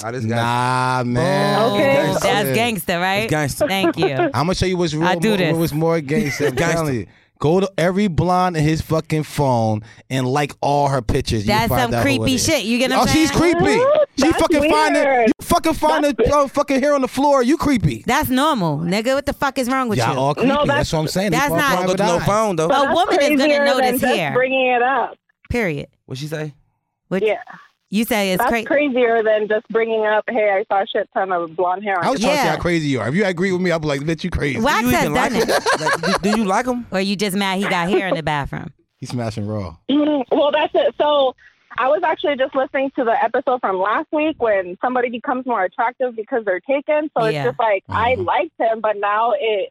Nah, Ah, man.
Oh,
That's gangster, right?
It's gangster.
Thank
<laughs>
you.
I'm gonna show you what's real.
I do
more,
this.
What's more
<laughs>
gangster? I'm
Gangster.
telling you. Go to every blonde in his fucking phone and like all her pictures. You'll
That's
find
some
out who it
creepy
is.
shit. You get what
oh,
I'm
she's
saying?
creepy. she fucking find it. You fucking find it. Oh, fucking hair on the floor. You creepy.
That's normal, nigga. What the fuck is wrong with
Y'all
you?
all creepy. that's, what I'm saying. They
That's
fall
not
private eye.
A woman is gonna
crazier
notice
than just
hair.
bringing it up.
Period.
What she say?
Which, yeah. You say it's
That's
crazy.
crazier than just bringing up, hey, I saw a shit ton of blonde hair. on
Oh,
I was
you."
trying to see how crazy you are. If you agree with me, I'll be like, bitch, you crazy.
Wax has done
<laughs> like
it.
do, you like him?
Or you just mad he got hair in the
<laughs>
bathroom?
He's smashing raw.
Mm, Well, that's it. So I was actually just listening to the episode from last week when somebody becomes more attractive because they're taken. So
Yeah.
it's just like I liked him, but now it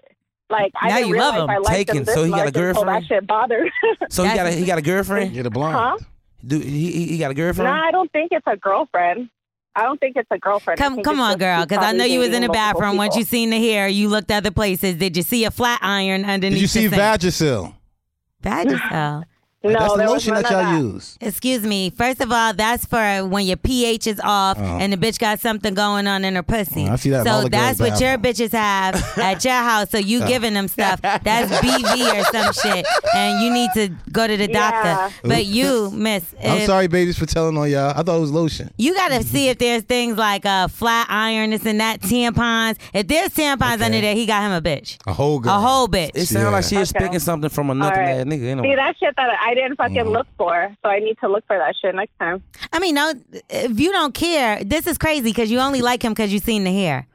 like I
Mm-hmm. Now
didn't
you love
realize
him.
I liked
Taken.
him this
So he got a
much until
girlfriend?
That shit bothered. <laughs>
So he got a he got a girlfriend.
Get a
Huh?
Do he, he he got a
No,
girlfriend?
I don't think it's a girlfriend. I don't think it's a girlfriend. I
Come,
think
come
it's
on,
just
girl,
he's
because I know
probably
you was in the
dating multiple
bathroom. Once you
people.
seen the hair, you looked other places. Did you see a flat iron underneath?
Did you see
the sink?
Vagisil? <laughs>
Vagisil.
No,
that's the
there was
lotion
none
that
of
y'all
that.
use.
Excuse me. First of all, that's for when your pH is off
Uh-huh.
and the bitch got something going on in her pussy.
Oh, I see that in all
So
the
that's
girls'
what your bitches have
<laughs>
at your house. So you
Yeah.
giving them stuff. That's BV or some shit, and you need to go to the doctor. But you, Miss,
I'm
if-
sorry, babies, for telling on y'all. I thought it was lotion.
You gotta see if there's things like uh, flat iron, this and that, tampons. If there's tampons under there, he got him a bitch.
A whole girl.
A whole bitch.
It sounds like she
Okay.
expecting something from a
All
nothing
right.
ass nigga. ain't no-
See that shit that I didn't fucking look for, so I need to look for that shit next time.
I mean, no, if you don't care, this is crazy because you only like him because you seen the hair.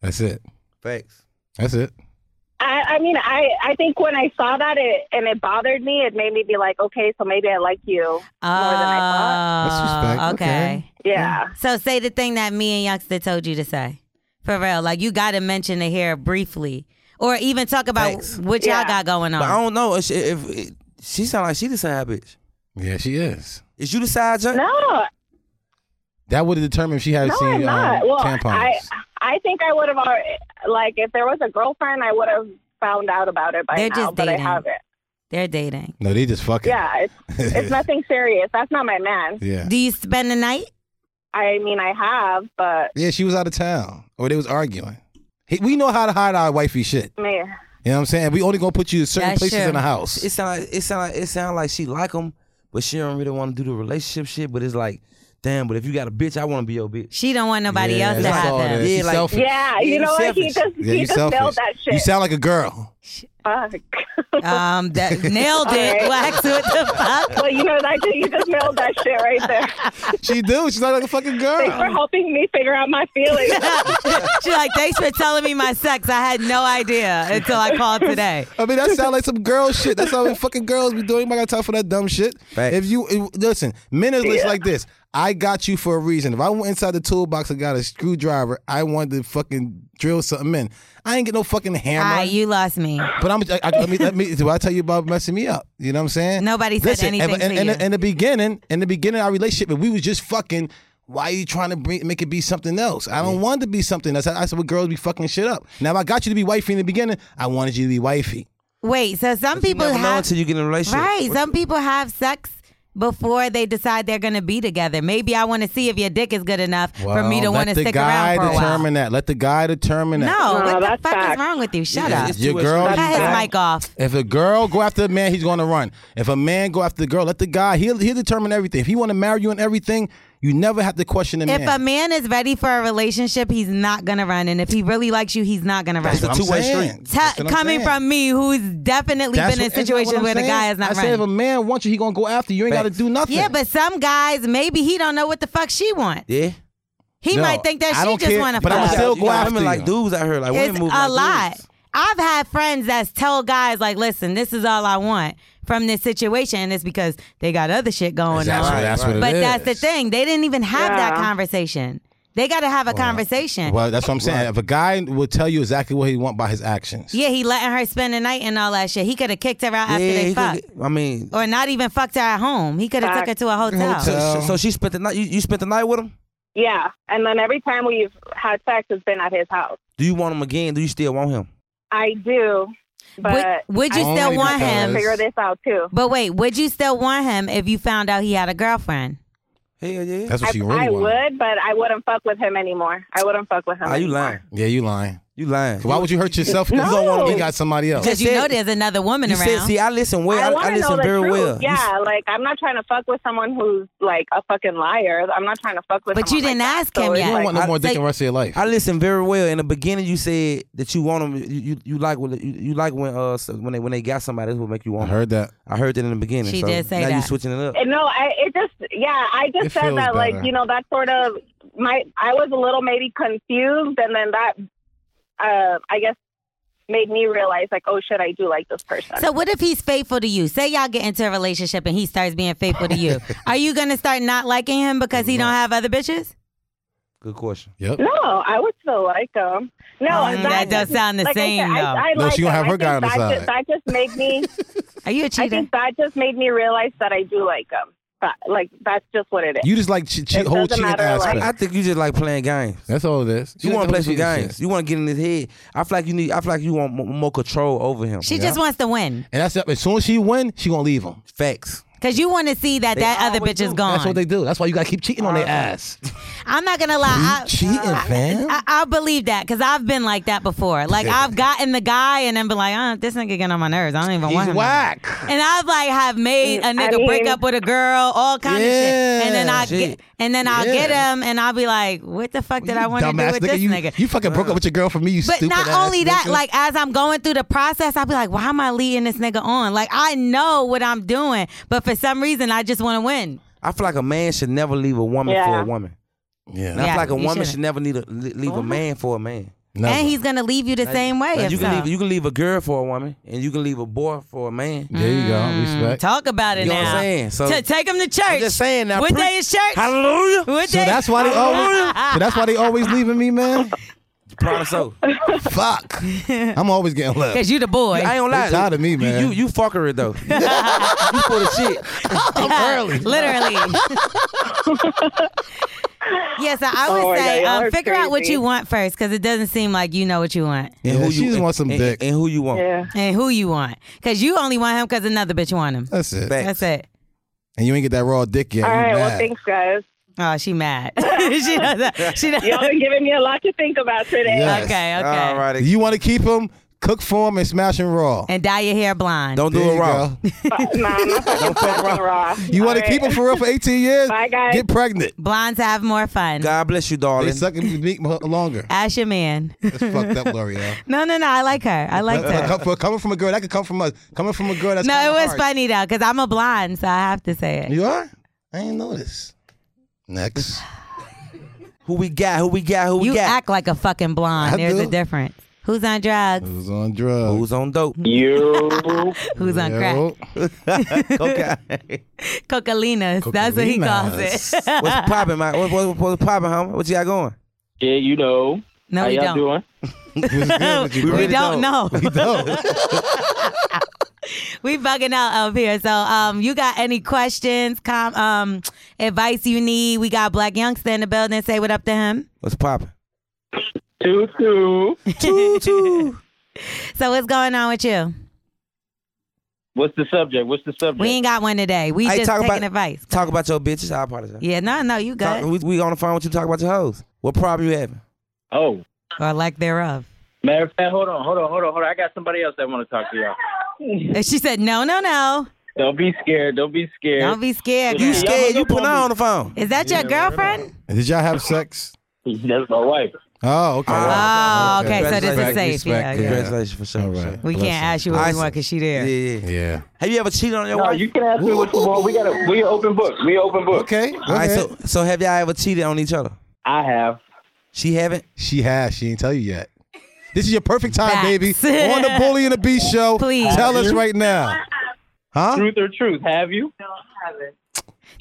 That's it.
Thanks.
That's it.
I, I mean, I, I think when I saw that it and it bothered me, it made me be like, okay, so maybe I like you more than I thought.
Oh, okay.
Yeah.
So say the thing that me and Youngster told you to say. For real. Like, you got to mention the hair briefly or even talk about what y'all got going
But I
on.
don't know. If, if, if she sound like she the side bitch.
Yeah, she is.
Is you the side junk?
No,
That would have determined if she had
no,
seen
I'm
um,
not. well,
tampons.
I, I think I would have already, like, if there was a girlfriend, I would have found out about it by
They're
now,
just
but I
dating.
haven't.
They're dating.
no, they just fucking.
Yeah, it's,
<laughs>
it's nothing serious. That's not my man.
Yeah.
Do you spend the night?
I mean, I have, but
Yeah, she was out of town, or they was arguing. He, we know how to hide our wifey shit.
man.
You know what I'm saying? We only gonna put you in certain
That's
places
true.
in the house.
It sound like it sound like it sound like she like him, but she don't really want to do the relationship shit. But it's like, damn. But if you got a bitch, I want to be your bitch.
She don't want nobody
Yeah,
else to
that's
have
all
him.
that. Yeah, She's like- selfish.
Yeah, you
Yeah,
know what? He
selfish.
just,
Yeah,
he
you
just nailed
selfish.
that shit.
You sound like a girl.
Fuck.
Um, that
<laughs>
nailed it. Wax with the fuck.
Well, you know that you just nailed that shit <laughs> right
<laughs>
there.
She do. She's like a fucking
Thanks for
girl.
helping me figure out my feelings.
<laughs> She like, thanks for telling me my sex. I had no idea until I called today.
I mean, that sound like some girl shit. That's how we fucking girls be doing. You might got time for that dumb shit. If you if- listen, men is just
Yeah.
like this. I got you for a reason. If I went inside the toolbox and got a screwdriver, I wanted to fucking drill something in. I ain't get no fucking hammer.
All right, you lost me.
But I'm. I, I, let me. Let me. Do I tell you about messing me up? You know what I'm saying?
Nobody said
Listen,
anything
In,
to
in,
you.
in, the beginning, in the beginning of our relationship, if we was just fucking. Why are you trying to bring, make it be something else? I don't want it to be something else. I, I said, well, girls be fucking shit up. Now, if I got you to be wifey in the beginning, I wanted you to be wifey.
Wait, so some people
Never know
have
until you get in a relationship.
right. Some people have sex before they decide they're gonna be together. Maybe I want to see if your dick is good enough for me to
Well,
want to
Let the
stick around
guy
for a while.
determine that. Let the guy determine that.
No, what the fuck is wrong with you? Shut up.
Your girl.
Cut his mic off.
If a girl go after a man, he's going to run. If a man go after the girl, let the guy. He'll he'll determine everything. If he want to marry you and everything, you never have to question the
If
man.
a man is ready for a relationship, he's not gonna run, and if he really likes you, he's not gonna run.
That's what I'm saying.
Te-
That's what I'm
coming
saying.
from me, who's definitely
That's
been in
what- that's not what
situations
I'm
where the
saying.
guy is not
I
running.
said if a man wants you, he gonna go after you. You ain't got to do nothing.
Yeah, but some guys maybe he don't know what the fuck she wants.
Yeah.
He
No,
might think that
I
she
don't
just
care,
want to fuck.
but I'ma still go
You know,
after Women like you. dudes out here, like, women
it's
move
a
like
lot. I've had friends that tell guys like, "Listen, this is all I want from this situation," and it's because they got other shit going
That's
on.
what- that's what it
but
is.
that's the thing; they didn't even have that
Yeah.
conversation. They got to have a conversation.
Well, that's what I'm saying. If a guy will tell you exactly what he want by his actions.
yeah, he letting her spend the night and all that shit. He could have kicked her out after
Yeah,
they
he coulda-
fucked,
I mean,
or not even fucked her at home. He could have took her to a hotel.
So, so she spent the night. You, you spent the night with him.
Yeah, and then every time we've had sex, it's been at his house.
Do you want him again? Do you still want him?
I do, but
would you
I
still
need
want
to
him?
Figure this out too.
But wait, would you still want him if you found out he had a girlfriend?
Hell yeah.
That's what she really
I
want.
would, but I wouldn't fuck with him anymore. I wouldn't fuck with him.
Ah,
Are
anymore.
Yeah, you lying.
You lying.
Why would you hurt yourself? Because
No.
you don't want to got somebody else.
Because you know there's another woman
You
around.
said, see, I
I,
listen well. I,
want to know
listen
the
very
truth.
well. You
Yeah, like I'm not trying to fuck with someone who's like a fucking liar. I'm not trying to fuck with.
But you didn't ask him yet.
rest of your life.
I listened very well. In the beginning, you said that you want them. You, you, you like when you, you like when uh so when they when they got somebody. That's what make you want. I
heard that.
I heard that in the beginning.
She
so
did say
now you
that.
switching it up.
And no, I it just yeah, I just
It
said
feels
that like
better.
you know that sort of my I was a little maybe confused, and then that uh, I guess made me realize like oh shit, I do like this person.
So what if he's faithful to you? Say y'all get into a relationship and he starts being faithful to
<laughs>
you. Are you gonna start not liking him because he don't have other bitches?
Good question.
Yep.
no, I would still like him. No,
Mm, that does sound the
like I said,
same,
I,
though.
I,
No,
like
she gonna
him.
have her
I think
guy on the
that
side.
Just, that just made me.
<laughs> Are you a
I think that just made me realize that I do like him. But like that's just what it is.
You just like che- che-
It
whole
doesn't
cheating
matter,
aspect.
<laughs>
I think you just like playing games.
That's all it is.
You
She
want to
like
play
the
some
whole cheating
games. You want to get in his head. I feel like you need. I feel like you want mo- more control over him.
She just wants to win
And that's as soon as she win, she gonna leave him.
Facts.
because you want to see that
They
that other bitch is gone.
That's what they do. That's why you gotta keep cheating on
Uh-huh.
their ass.
I'm not gonna lie. I,
cheating, fam.
I, I believe that because I've been like that before. Like I've gotten the guy and then been like, oh, this nigga getting on my nerves. I don't even
He's
want him.
whack.
And I've like have made a
I
nigga break
mean-
up with a girl, all kind of shit. And then I
Yeah,
get,
shit.
and then I'll
Yeah.
get him and I'll be like, what the fuck did I want to do
Dumbass
with this
you,
nigga?
you fucking broke up with your girl for me. You
But
stupid
not
ass
only that,
nigga.
like as I'm going through the process, I'll be like, why am I leading this nigga on? Like I know what I'm doing, but for some reason, I just want to win.
I feel like a man should never leave a woman for
Yeah.
a woman.
Yeah.
And I
Yeah,
feel like
you
a woman
shouldn't. Uh-huh.
should never need a, le- leave a man for a man.
And he's gonna leave you the
Like-
same way.
like,
if
you
so.
can leave you can leave a girl for a woman, and you can leave a boy for a man.
There you go.
Mm,
Respect.
Talk about it
You
now.
know what I'm saying? So-
to take him to church.
I'm just saying now,
What
preach.
day is church?
Hallelujah.
What
So
day?
that's
<laughs>
why they always. so that's why they always leaving me, man.
Proud of
<laughs>
so.
<laughs>
Fuck. I'm always getting left.
Cause you the boy.
I ain't gonna lie.
They tired of me,
You-
man.
You you, fucker it though. <laughs> you full of shit.
<laughs> I'm early.
<laughs>
Literally. yes, I would
Oh my
say
God, y'all
um,
are
figure out what
crazy.
you want first, because it doesn't seem like you know what you want
And who
she
you
just
and-
wants some
and-
dick.
And who you want?
and who you want. Because you only want him because another bitch want him.
That's it. Facts.
That's it.
And you ain't get that raw dick yet.
All
You
right, well,
mad.
thank-
Thanks, guys.
Oh, she mad.
<laughs>
<laughs> she doesn't. She doesn't.
Y'all been giving me a lot to think about today.
Yes.
Okay, okay.
You want to keep him, cook for him, and smash him raw.
And dye your hair blonde.
Don't do There it you raw. <laughs>
Don't fuck raw.
You want to keep him for real for 18 years?
Bye, guys.
Get pregnant.
Blondes have more fun.
God bless you, darling.
They suck him meat longer.
Ask your man.
That's fucked up, L'Oreal.
<laughs> No, no, no. I like her. <laughs> I like
For-
her.
for- for coming from a girl that could come from us. Coming from a girl that's
no,
kinda
it was
hard.
funny though, because I'm a blonde, so I have to say it.
You are? I ain't know this.
<sighs>
Next.
Who we got? Who we got? Who we
you
got?
act like a fucking blonde.
I
There's a
do.
difference. Who's on drugs?
Who's on drugs?
Who's on dope?
You. <laughs> Who's on crack?
<laughs> crack? okay.
Cocalinas. That's what he calls it.
what's <laughs> popping, man? What, what, what's popping, homie? What you got going?
Yeah, you know.
<laughs> No,
How
we
y'all
don't.
<laughs>
doing?
we don't know. We bugging out up here. So, um, you got any questions, com- um, advice you need? We got Black Youngster in the building. Say what up to him.
What's popping?
Two two.
<laughs> Two two. so, what's going on with you?
What's the subject? What's the subject?
We ain't got one today. We
Hey,
just
talk
taking
about-
advice.
Talk about your bitches. I apologize.
Yeah, no, no,
<laughs>
you
Talk,
good.
we, we on the phone with you. Talk about your hoes. What problem you having?
Oh,
or lack thereof.
matter of fact, hold on, hold on, hold on, hold on. I got somebody else I want to talk to y'all.
And she said, no, no, no.
Don't be scared. Don't be scared.
Don't be scared.
You
girl.
scared, you put her on
the phone.
Is that your girlfriend?
Did y'all have sex?
That's my wife.
Oh, okay.
Oh, okay. So this is
Respect,
safe,
respect.
yeah, yeah.
Congratulations for sure. for sure.
We can't ask you what we
Ice-
want because she there.
Yeah, yeah,
yeah.
Have you ever cheated on your
No,
wife?
you can ask me what you want. We got a we an open book. We an open book.
Okay.
All right, so so have y'all ever cheated on each other?
I have.
She haven't.
She has. She ain't tell you yet. This is your perfect time,
Facts.
baby. On the Bully and the Beast show.
Please.
Tell us right now. Huh?
Truth or truth? Have you?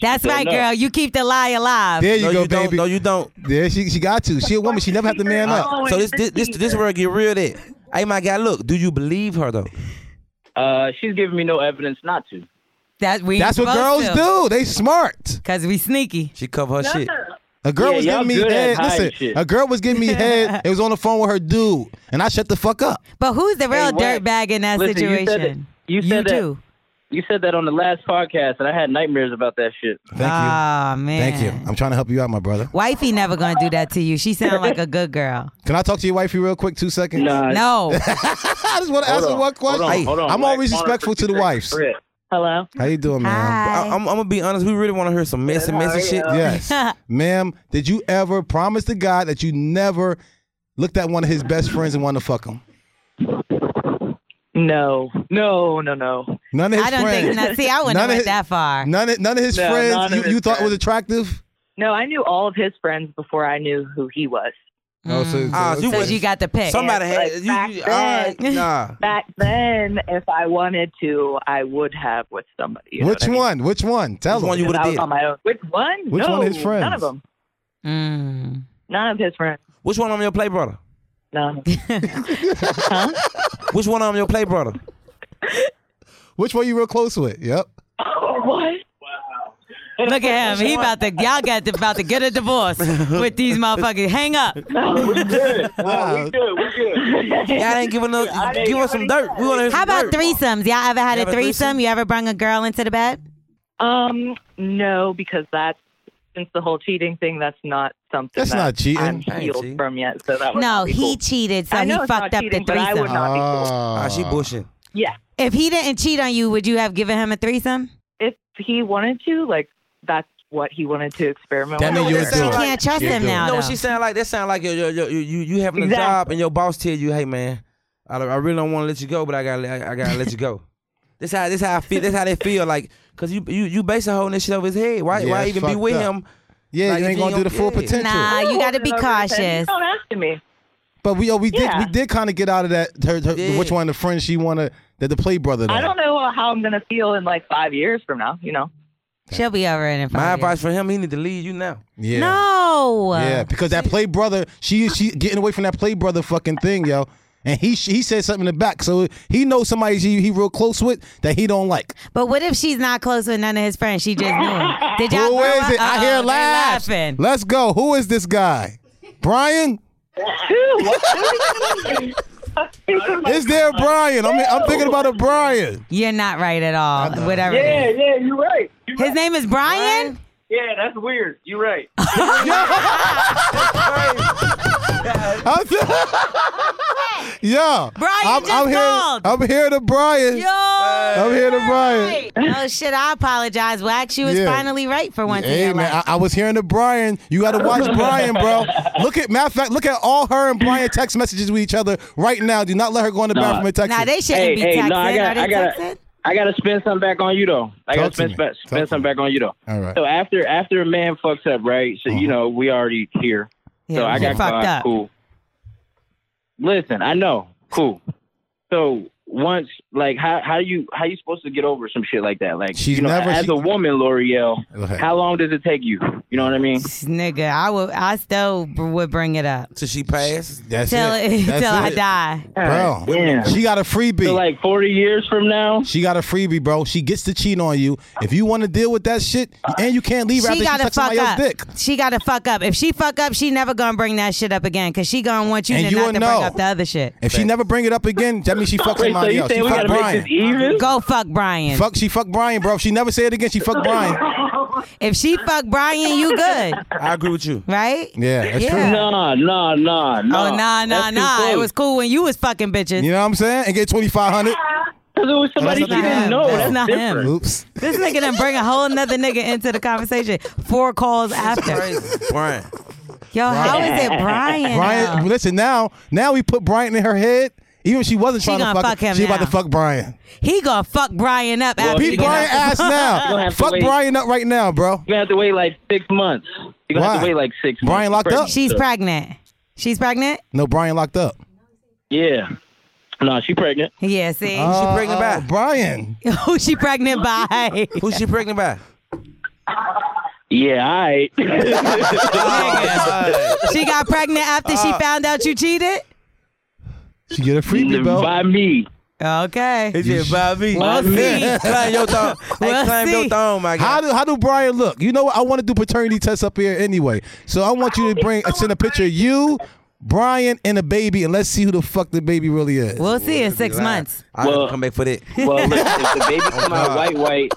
That's
Don't
right,
know.
girl. You keep the lie alive.
There you go, baby.
No, <laughs> you don't. Uh,
Yeah, she she got to. She a woman. She never have to man up.
So this this this, this where it get real. That hey, my guy, look, do you believe her though?
Uh, she's giving me no evidence not to.
That we
That's what girls do. They smart.
Cause we sneaky.
She cover her shit.
A girl
Yeah,
was
y'all
giving me
good at
head.
hiding
Listen,
shit.
a girl was giving
<laughs>
me head. It was on the phone with her dude, and I shut the fuck up.
But who's the real
Hey, Wack,
dirtbag in that
listen, you said
situation?
that- You said that.
do.
You said that on the last podcast, and I had nightmares about that shit.
Thank
Ah,
you. man.
Thank you. I'm trying to help you out, my brother.
Wifey never gonna do that to you. She sound like a good
<laughs>
girl.
Can I talk to your wifey real quick? Two seconds. <laughs>
No.
I just want to ask her one question.
Hey,
I'm always respectful to the wives.
Hello.
How you doing, man?
I, am gonna be honest. We really want to hear some messy, messy shit.
Yes,
<laughs>
ma'am. Did you ever promise to God that you never looked at one of his best friends and wanted to fuck him?
No, no, no, no.
None of his
I don't
friends.
think. No, see, I wouldn't have
None of
went
his-
that far.
None of, none of his
No,
friends
none of
you,
his
you thought was
friends.
attractive.
No, I knew all of his friends before I knew who he was.
No, Oh, so, uh,
Ah,
Mm. Oh,
you
So
wouldn't-
you got the pick.
Somebody
Yeah,
had
but
you. you all right,
back then-
nah.
Back then, if I wanted to, I would have with somebody. you know
which
what I mean?
one? Which one? Tell
If
him.
I was on my own. Which one?
Which
no,
one of his
None
friends?
of them.
Mm.
None of his friends.
Which one on your play brother? <laughs>
No.
Which one on your play brother?
Which one you real close with? Yep.
what?
Look at him. He about to. Y'all got to, about to get a
<laughs>
divorce with these motherfuckers.
<laughs>
Hang up.
we good. No, we good. We good.
Y'all ain't giving us. Give us some dirt. We want to hear
How
some
about
dirt.
threesomes? Y'all ever had
You
a
have a
threesome? You ever brung a girl into the bed?
Um, no, because that's since the whole cheating thing, that's not something
That's
that
not cheating.
I'm
That ain't
healed
cheating.
from yet. So that would
No,
not be
he
cool.
cheated, so
I know
he
it's not
fucked up
cheating,
the
but I would
threesome.
not be cool.
Ah, she bullshit.
Yeah,
If he didn't cheat on you, would you have given him a threesome?
if he wanted to, like that's what he wanted to experiment
That
with.
mean you was doing-
can't trust him now,
No,
though.
she sound like that. Sound like you, you, you, you having a
Exactly.
job and your boss tell you, "Hey, man, I, I really don't want to let you go, but I gotta, I, I gotta let you
<laughs>
go." This how, this how I feel. This how they feel. Like, cause you, you, you basing holding this shit over his head. Why,
Yeah,
why
it's
even be
fucked
with
up.
him?
Yeah,
Like,
you
if
ain't
he
gonna do the
don't-
full
yeah.
potential.
Nah, you got to be cautious.
Don't ask me.
But we, oh, we
Yeah.
did, we did kind of get out of that. Her, her,
Yeah.
which one of the friends she wanted that the play brother.
I
though.
don't know how I'm gonna feel in like five years from now. You know.
She'll be over in five
My advice for him, he need to leave you now.
Yeah.
No.
Yeah, because that play brother, she she getting away from that play brother fucking thing, yo. And he he said something in the back, so he knows somebody he, he real close with that he don't like.
But what if she's not close with none of his friends? She just knew him. Did y'all
Who
grow
is
up-
it? I
Uh-oh,
hear
they
laughs.
laughing.
Let's go. Who is this guy? Brian? Is there a Brian? I'm I'm thinking about a Brian.
You're not right at all. Whatever.
Yeah,
it is.
yeah, you're right.
His name is Brian.
Yeah, that's weird. You're
<laughs>
right.
I'm th- yo,
Brian
I'm,
just
I'm here.
called.
I'm here to Brian.
Yo.
<laughs> I'm here to Brian.
Oh shit! I apologize. Wax, you was
Yeah.
finally right for once.
Hey
in your
man,
life.
I, I was hearing the Brian. You got to
<laughs>
watch Brian, bro. Look at matter of fact, look at all her and Brian text messages with each other right now. Do not let her go in the
Nah.
bathroom and text.
Nah,
it.
they shouldn't
Hey,
be
hey,
texting.
no, I
Are
got,
they
I
texting?
got, I got to spend some back on you though. I
Talk
got to
to
spend
me.
spe- spend some back on you though.
All right. Uh-huh.
So after after a man fucks up, right? So you know we already here.
Yeah,
so I
you
got
fucked
caught.
up.
Cool. Listen, I know. Cool. So once, like, how how you how you supposed to get over some shit like that? Like,
She's
you know,
never-
as
she-
a woman, L'Oreal,
Go ahead.
how long does it take you? You know what I mean?
Nigga, I would. I still b- would bring it up
Till she passed.
That's
till
it.
<laughs>
That's
till I
it.
die.
Bro,
Yeah.
she got a freebie.
So like forty years from now,
she got a freebie, bro. She gets to cheat on you. If you want to deal with that shit, and you can't leave her after
She
she
gotta
sucks
fuck
somebody
up.
else's dick.
She gotta fuck up. If she fuck up, she never gonna bring that shit up again because she gonna want you
And
to
you'll
not to
know.
bring up the other shit.
<laughs>
If she never bring it up again, that means she fucked somebody somebody else. She fucked Brian.
even? Go fuck Brian.
Fuck, she fucked Brian, bro. If She never say it again. She
<laughs>
fucked Brian.
If she fuck Brian, you good,
I agree with you.
<laughs> right?
Yeah, that's
Yeah.
true.
Nah, nah, nah, nah.
Oh nah nah nah! It was cool when you was fucking bitches.
You know what I'm saying? And get twenty five hundred.
Because it was
somebody she didn't know. That's
not
different.
him. Oops.
This nigga done bring a whole nother nigga into the conversation four calls after.
Brian.
Yo, how is it Brian?
Brian, listen now. Now we put Brian in her head. Even if she wasn't
She
trying to
gonna
fuck,
fuck him
she about
now.
to fuck Brian.
He gonna fuck Brian up after
Beat
he get
Brian
off
ass
the-
now. Fuck Brian up right now, bro.
You have to wait like six months. You gonna have
Why?
to wait like six.
Brian
months.
locked up?
She's pregnant. She's pregnant.
No, Brian locked up.
Yeah. No, she pregnant.
Yeah, see,
Oh, oh, Brian.
<laughs> Who she pregnant by?
Who she pregnant by?
Yeah, all
<laughs>
right.
Oh,
She got pregnant after
Uh,
she found out you cheated.
She get a freebie, bro.
By me.
Okay.
It's just by me.
We'll see.
Climb your thong. Hey,
We'll
climb your
see.
thong, my guy.
How do how do Brian look? You know what? I want to do paternity tests up here anyway. So I want you to bring uh, send a picture of you, Brian, and a baby, and let's see who the fuck the baby really is.
We'll see in six months.
I gotta come back for that.
Well, listen, if
Oh,
the baby come out
God.
white, white,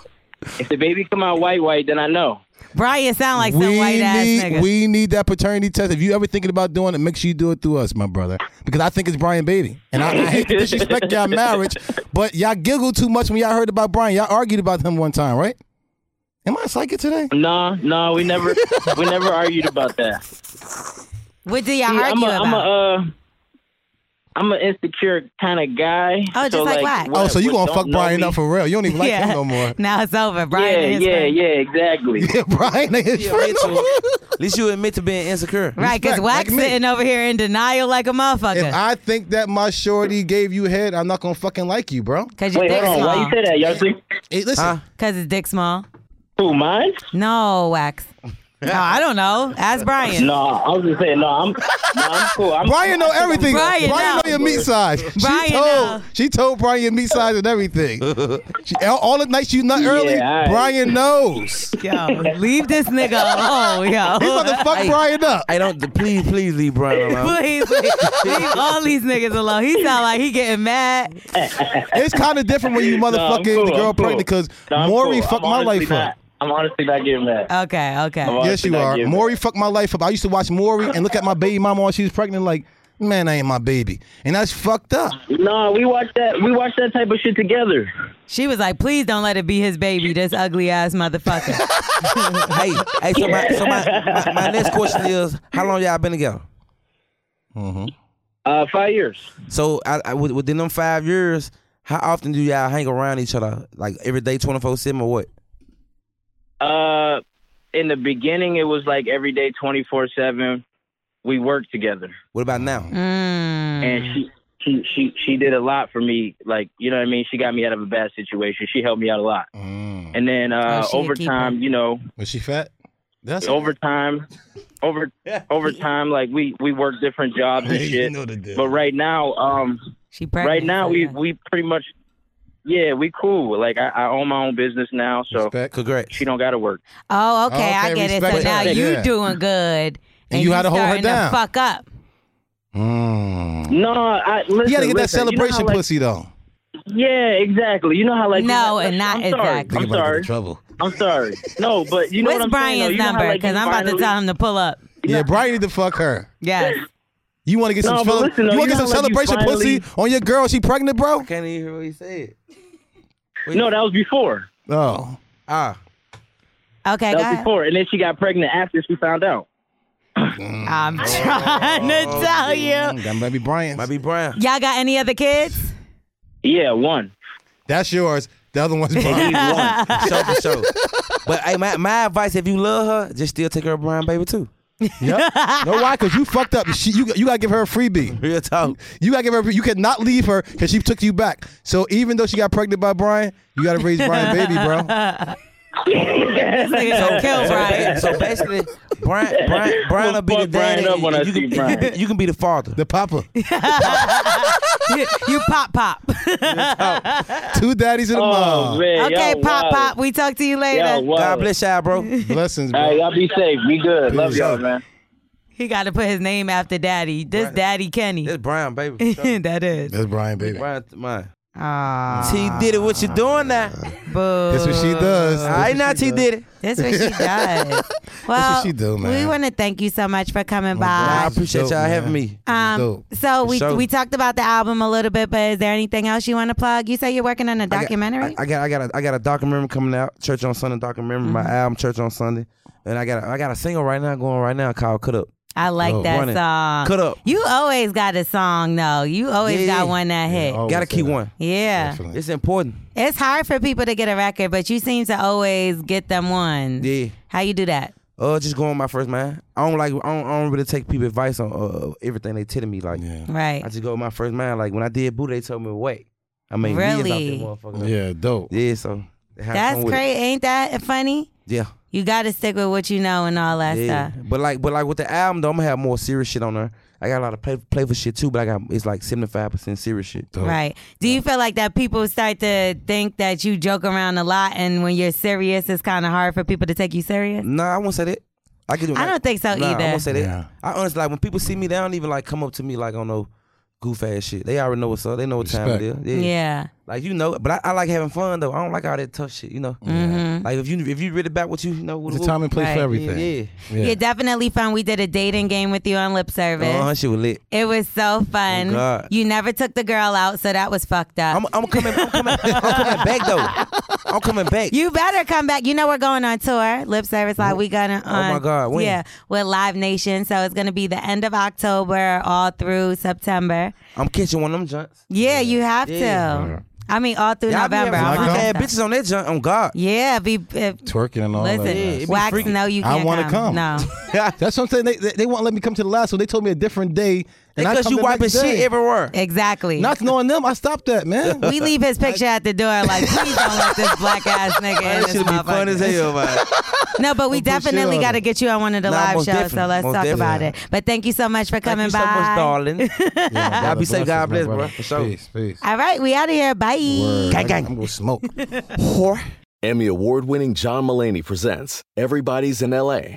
if the baby come out white, white, then I know.
Brian sound like some
we
white ass
need
nigga.
we need that paternity test. If you ever thinking about doing it, make sure you do it through us, my brother, because I think it's Brian baby, and I, I hate to
<laughs>
disrespect y'all marriage, but y'all giggled too much when y'all heard about Brian. Y'all argued about him one time, right? Am I a psychic today?
Nah, nah, we never, we never argued about that.
What do y'all
See,
argue
I'm a,
about?
I'm a, uh, I'm an insecure kind of guy.
Oh, just
so,
like
like,
Wack.
what-
oh, so you gonna
what
fuck
don't know
Brian
me-
up for real? You don't even like him no more.
<laughs>
Now it's over. Brian
yeah,
and his
yeah,
friend.
yeah, exactly.
Yeah, <laughs> Brian ain't his
You
friend.
admit to
<laughs>
it. At least you admit to being insecure.
<laughs> Right, because Wax
like me.
sitting over here in denial like a
If
motherfucker.
I think that my shorty gave you head, I'm not gonna fucking like you, bro.
Because your dick small.
say that? Y'all think?
Hey, listen.
Because his dick small.
Who, mine?
No, Wax. No, I don't know. Ask Brian.
No, I was just saying. No, I'm, no, I'm cool. I'm,
Brian know
I think I'm
everything.
Brian know.
Brian, know your meat size.
Brian
she told
know.
she told Brian your meat size and
<laughs>
everything. She, all, all the nights you nut early,
alright.
Brian knows. He's
Yo, leave this nigga alone, yo.
about to fuck Brian up.
I don't. Please, please leave
<laughs>
Brian
<laughs>
alone.
Please leave, leave all these niggas alone. He sound like he getting
<laughs>
mad.
It's kind of different when you
I'm
motherfucking
cool,
the girl
I'm cool.
pregnant because
No, I'm
Maury
cool.
fucked
I'm
my
honestly
life
not-
up.
I'm honestly not getting mad.
Okay, okay.
I'm
Yes,
honestly
you
not
are.
getting
Maury fucked my life up. I used to watch Maury and look at my baby mama while she was pregnant, like, man, I ain't my baby, and that's fucked up.
mad. No, we watched that. We watched that type of shit together.
She was like, please don't let it be his baby, this ugly ass
<laughs>
motherfucker.
hey, hey. So my, so my, my, my next question is, how long y'all been together?
Uh, five years.
So I, I, with- within them five years, how often do y'all hang around each other? Like every day, twenty four seven or what?
Uh, in the beginning, it was like every day, twenty four seven. We worked together,
What about now?
Mm.
and she. She, she she did a lot for me, like you know what I mean. She got me out of a bad situation. She helped me out a lot,
Mm.
and then uh,
Oh, she a
over
keeper.
time, you know,
Was she fat? That's
over time,
<laughs>
over over time, like we we work different jobs and
you
shit.
know the deal.
But right now, um,
She pregnant.
right now
so
we
yeah.
we pretty much, yeah, we cool. Like I, I own my own business now, so
Respect.
Congrats.
she don't gotta work.
Oh, okay,
Okay,
I get it. So
respect
now
that.
you
Yeah.
doing good.
And you had to hold her
starting
down.
fuck up.
Mm.
No, I listen.
You gotta get that
listen, you know how,
celebration
like-
pussy though.
Yeah, exactly. You know how like
No,
you
and
have-
not
I'm sorry.
exactly.
Think about getting
I'm
in
sorry.
trouble.
I'm sorry. No, but you know
Where's
what I'm
Brian's
saying. though? You know how,
number?
like, you
Because I'm about to
finally-
tell him to pull up.
Yeah, Brian need to fuck her.
<laughs>
Yes. <laughs>
You want to get
No,
some
but
fel-
listen, though,
you
you
want to get
know,
some
like, you
celebration
finally-
pussy on your girl? She pregnant, bro?
Can't even hear what he said.
No, that was before.
Oh,
Ah,
Okay,
That
go
was
ahead.
before, and then she got pregnant after she found out.
<laughs>
I'm trying
Oh,
to tell you.
that might be Brian's.
might be Brian.
Y'all got any other kids?
Yeah, one.
That's yours. The other one's Brian.
<laughs> show for show. But hey, my, my advice: if you love her, just still take her a Brian baby too.
yep. No, why? Because you
<laughs>
fucked up. She, you you gotta give her a freebie.
<laughs> Real talk.
You gotta give her. You cannot leave her because she took you back. So even though she got pregnant by Brian, you gotta raise
<laughs>
Brian baby,
<laughs>
bro.
This nigga gonna kill Brian.
So basically, Brian, Brian, Brian will be the
fuck Brian
dad.
up when I
you,
see
<laughs>
can,
Brian.
you can- you can be the father.
The papa.
You, you pop pop.
Two daddies and a
Oh
mom.
man.
okay,
y'all
pop
wild.
pop. We talk to you
Y'all
later.
wild.
God bless y'all, bro.
Blessings,
All right,
bro.
y'all be safe. Be good. Love
Peace.
y'all, man.
He got to put his name after daddy. This
Right.
daddy Kenny.
That's Brian, baby.
<laughs> that is.
That's Brian baby.
Brian, mine. T did it. What you doing now?
That's
what she does. Ah. That's
I
what
not
she
T
does.
did it.
That's what
<laughs>
she does. Well,
she do, man.
we want to thank you so much for coming by.
I appreciate y'all having me.
Um, so we we talked about the album a little bit, but is there anything else you want to plug? You say you're working on a documentary.
I got I got a, I got a documentary coming out, Church on Sunday documentary, my
Mhm.
album Church on Sunday, and I got a, I got a single right now going right now called Cut Up.
I like
Oh.
that
Run it.
song.
Cut up.
You always got a song though. You always
Yeah.
got one that hit.
Gotta keep one.
Yeah.
It's important.
It's hard for people to get a record, but you seem to always get them ones.
Yeah.
How you do that?
Uh, just going my first man. I don't like. I don't, I don't really take people advice on uh, everything they tell me. Like,
Right.
I just go with my first man. Like when I did Boo, they told me wait. I mean,
Really?
motherfucker. Yeah, dope. Yeah, so they had
That's
fun with it.
great. Ain't that funny?
Yeah.
You got to stick with what you know and all that
yeah.
stuff.
But like, but like with the album though, I'm gonna have more serious shit on there. I got a lot of play, playful shit too, but I got it's like 75 percent serious shit.
Right. Do you feel like that people start to think that you joke around a lot and when you're serious, it's kind of hard for people to take you serious?
No, I won't say that. I can do.
I don't think so
nah,
either.
I won't say that. I honestly like when people see me, they don't even like come up to me like on no goof ass shit. They already know what's up. They know what time
Respect.
it is.
Yeah.
Like you know, but I, I like having fun though. I don't like all that tough shit. You know.
Mhm.
Like if you if you really about what you, you know, what
It's a time and place for everything.
Yeah.
You're definitely fun. We did a dating game with you on lip service.
Uh, her shit was lit.
It was so fun.
Oh, God.
you never took the girl out, so that was fucked up. I'm,
I'm coming. I'm coming. I'm coming Oh, back
<laughs>
though. I'm coming back.
You better come back. You know we're going on tour. Lip service like we got on.
Oh, my God. When?
Yeah, with Live Nation. So it's gonna be the end of October, all through September.
I'm catching one of them junks.
Yeah, you have
Yeah.
to. I mean, all through
Y'all be
November.
having
I'm
some
on
bad
that.
bitches on that junk. On God.
Yeah, be uh,
twerking
Oh,
and all
Listen,
that.
Yeah, it be Wax, freaky. no, you
I
can't
wanna
come.
come.
No.
<laughs> That's what I'm saying. They, they, they won't let me come to the last one. They told me a different day. And I
Because
come
you
the
wiping
next
shit
day.
everywhere.
exactly.
Not knowing them, I stopped that, man.
we leave his picture at the door. Like, please don't let this black ass nigga in
That
this
should be
motherfucker.
fun as
<laughs>
hell, man.
No, but we definitely
on
got to
it.
get you on one of the
Nah,
live shows.
most
So
definitely,
let's
most
talk about
definitely.
it. But thank you so much for coming
Thank you so
by.
much,
<laughs>
darling. Y'all be safe. God
bless you, my
bless, bro.
brother.
For sure.
Peace, peace.
All right, we out of here. Bye.
Gang, gang. I'm going to <laughs> smoke.
Emmy award winning John Mulaney presents Everybody's in LA,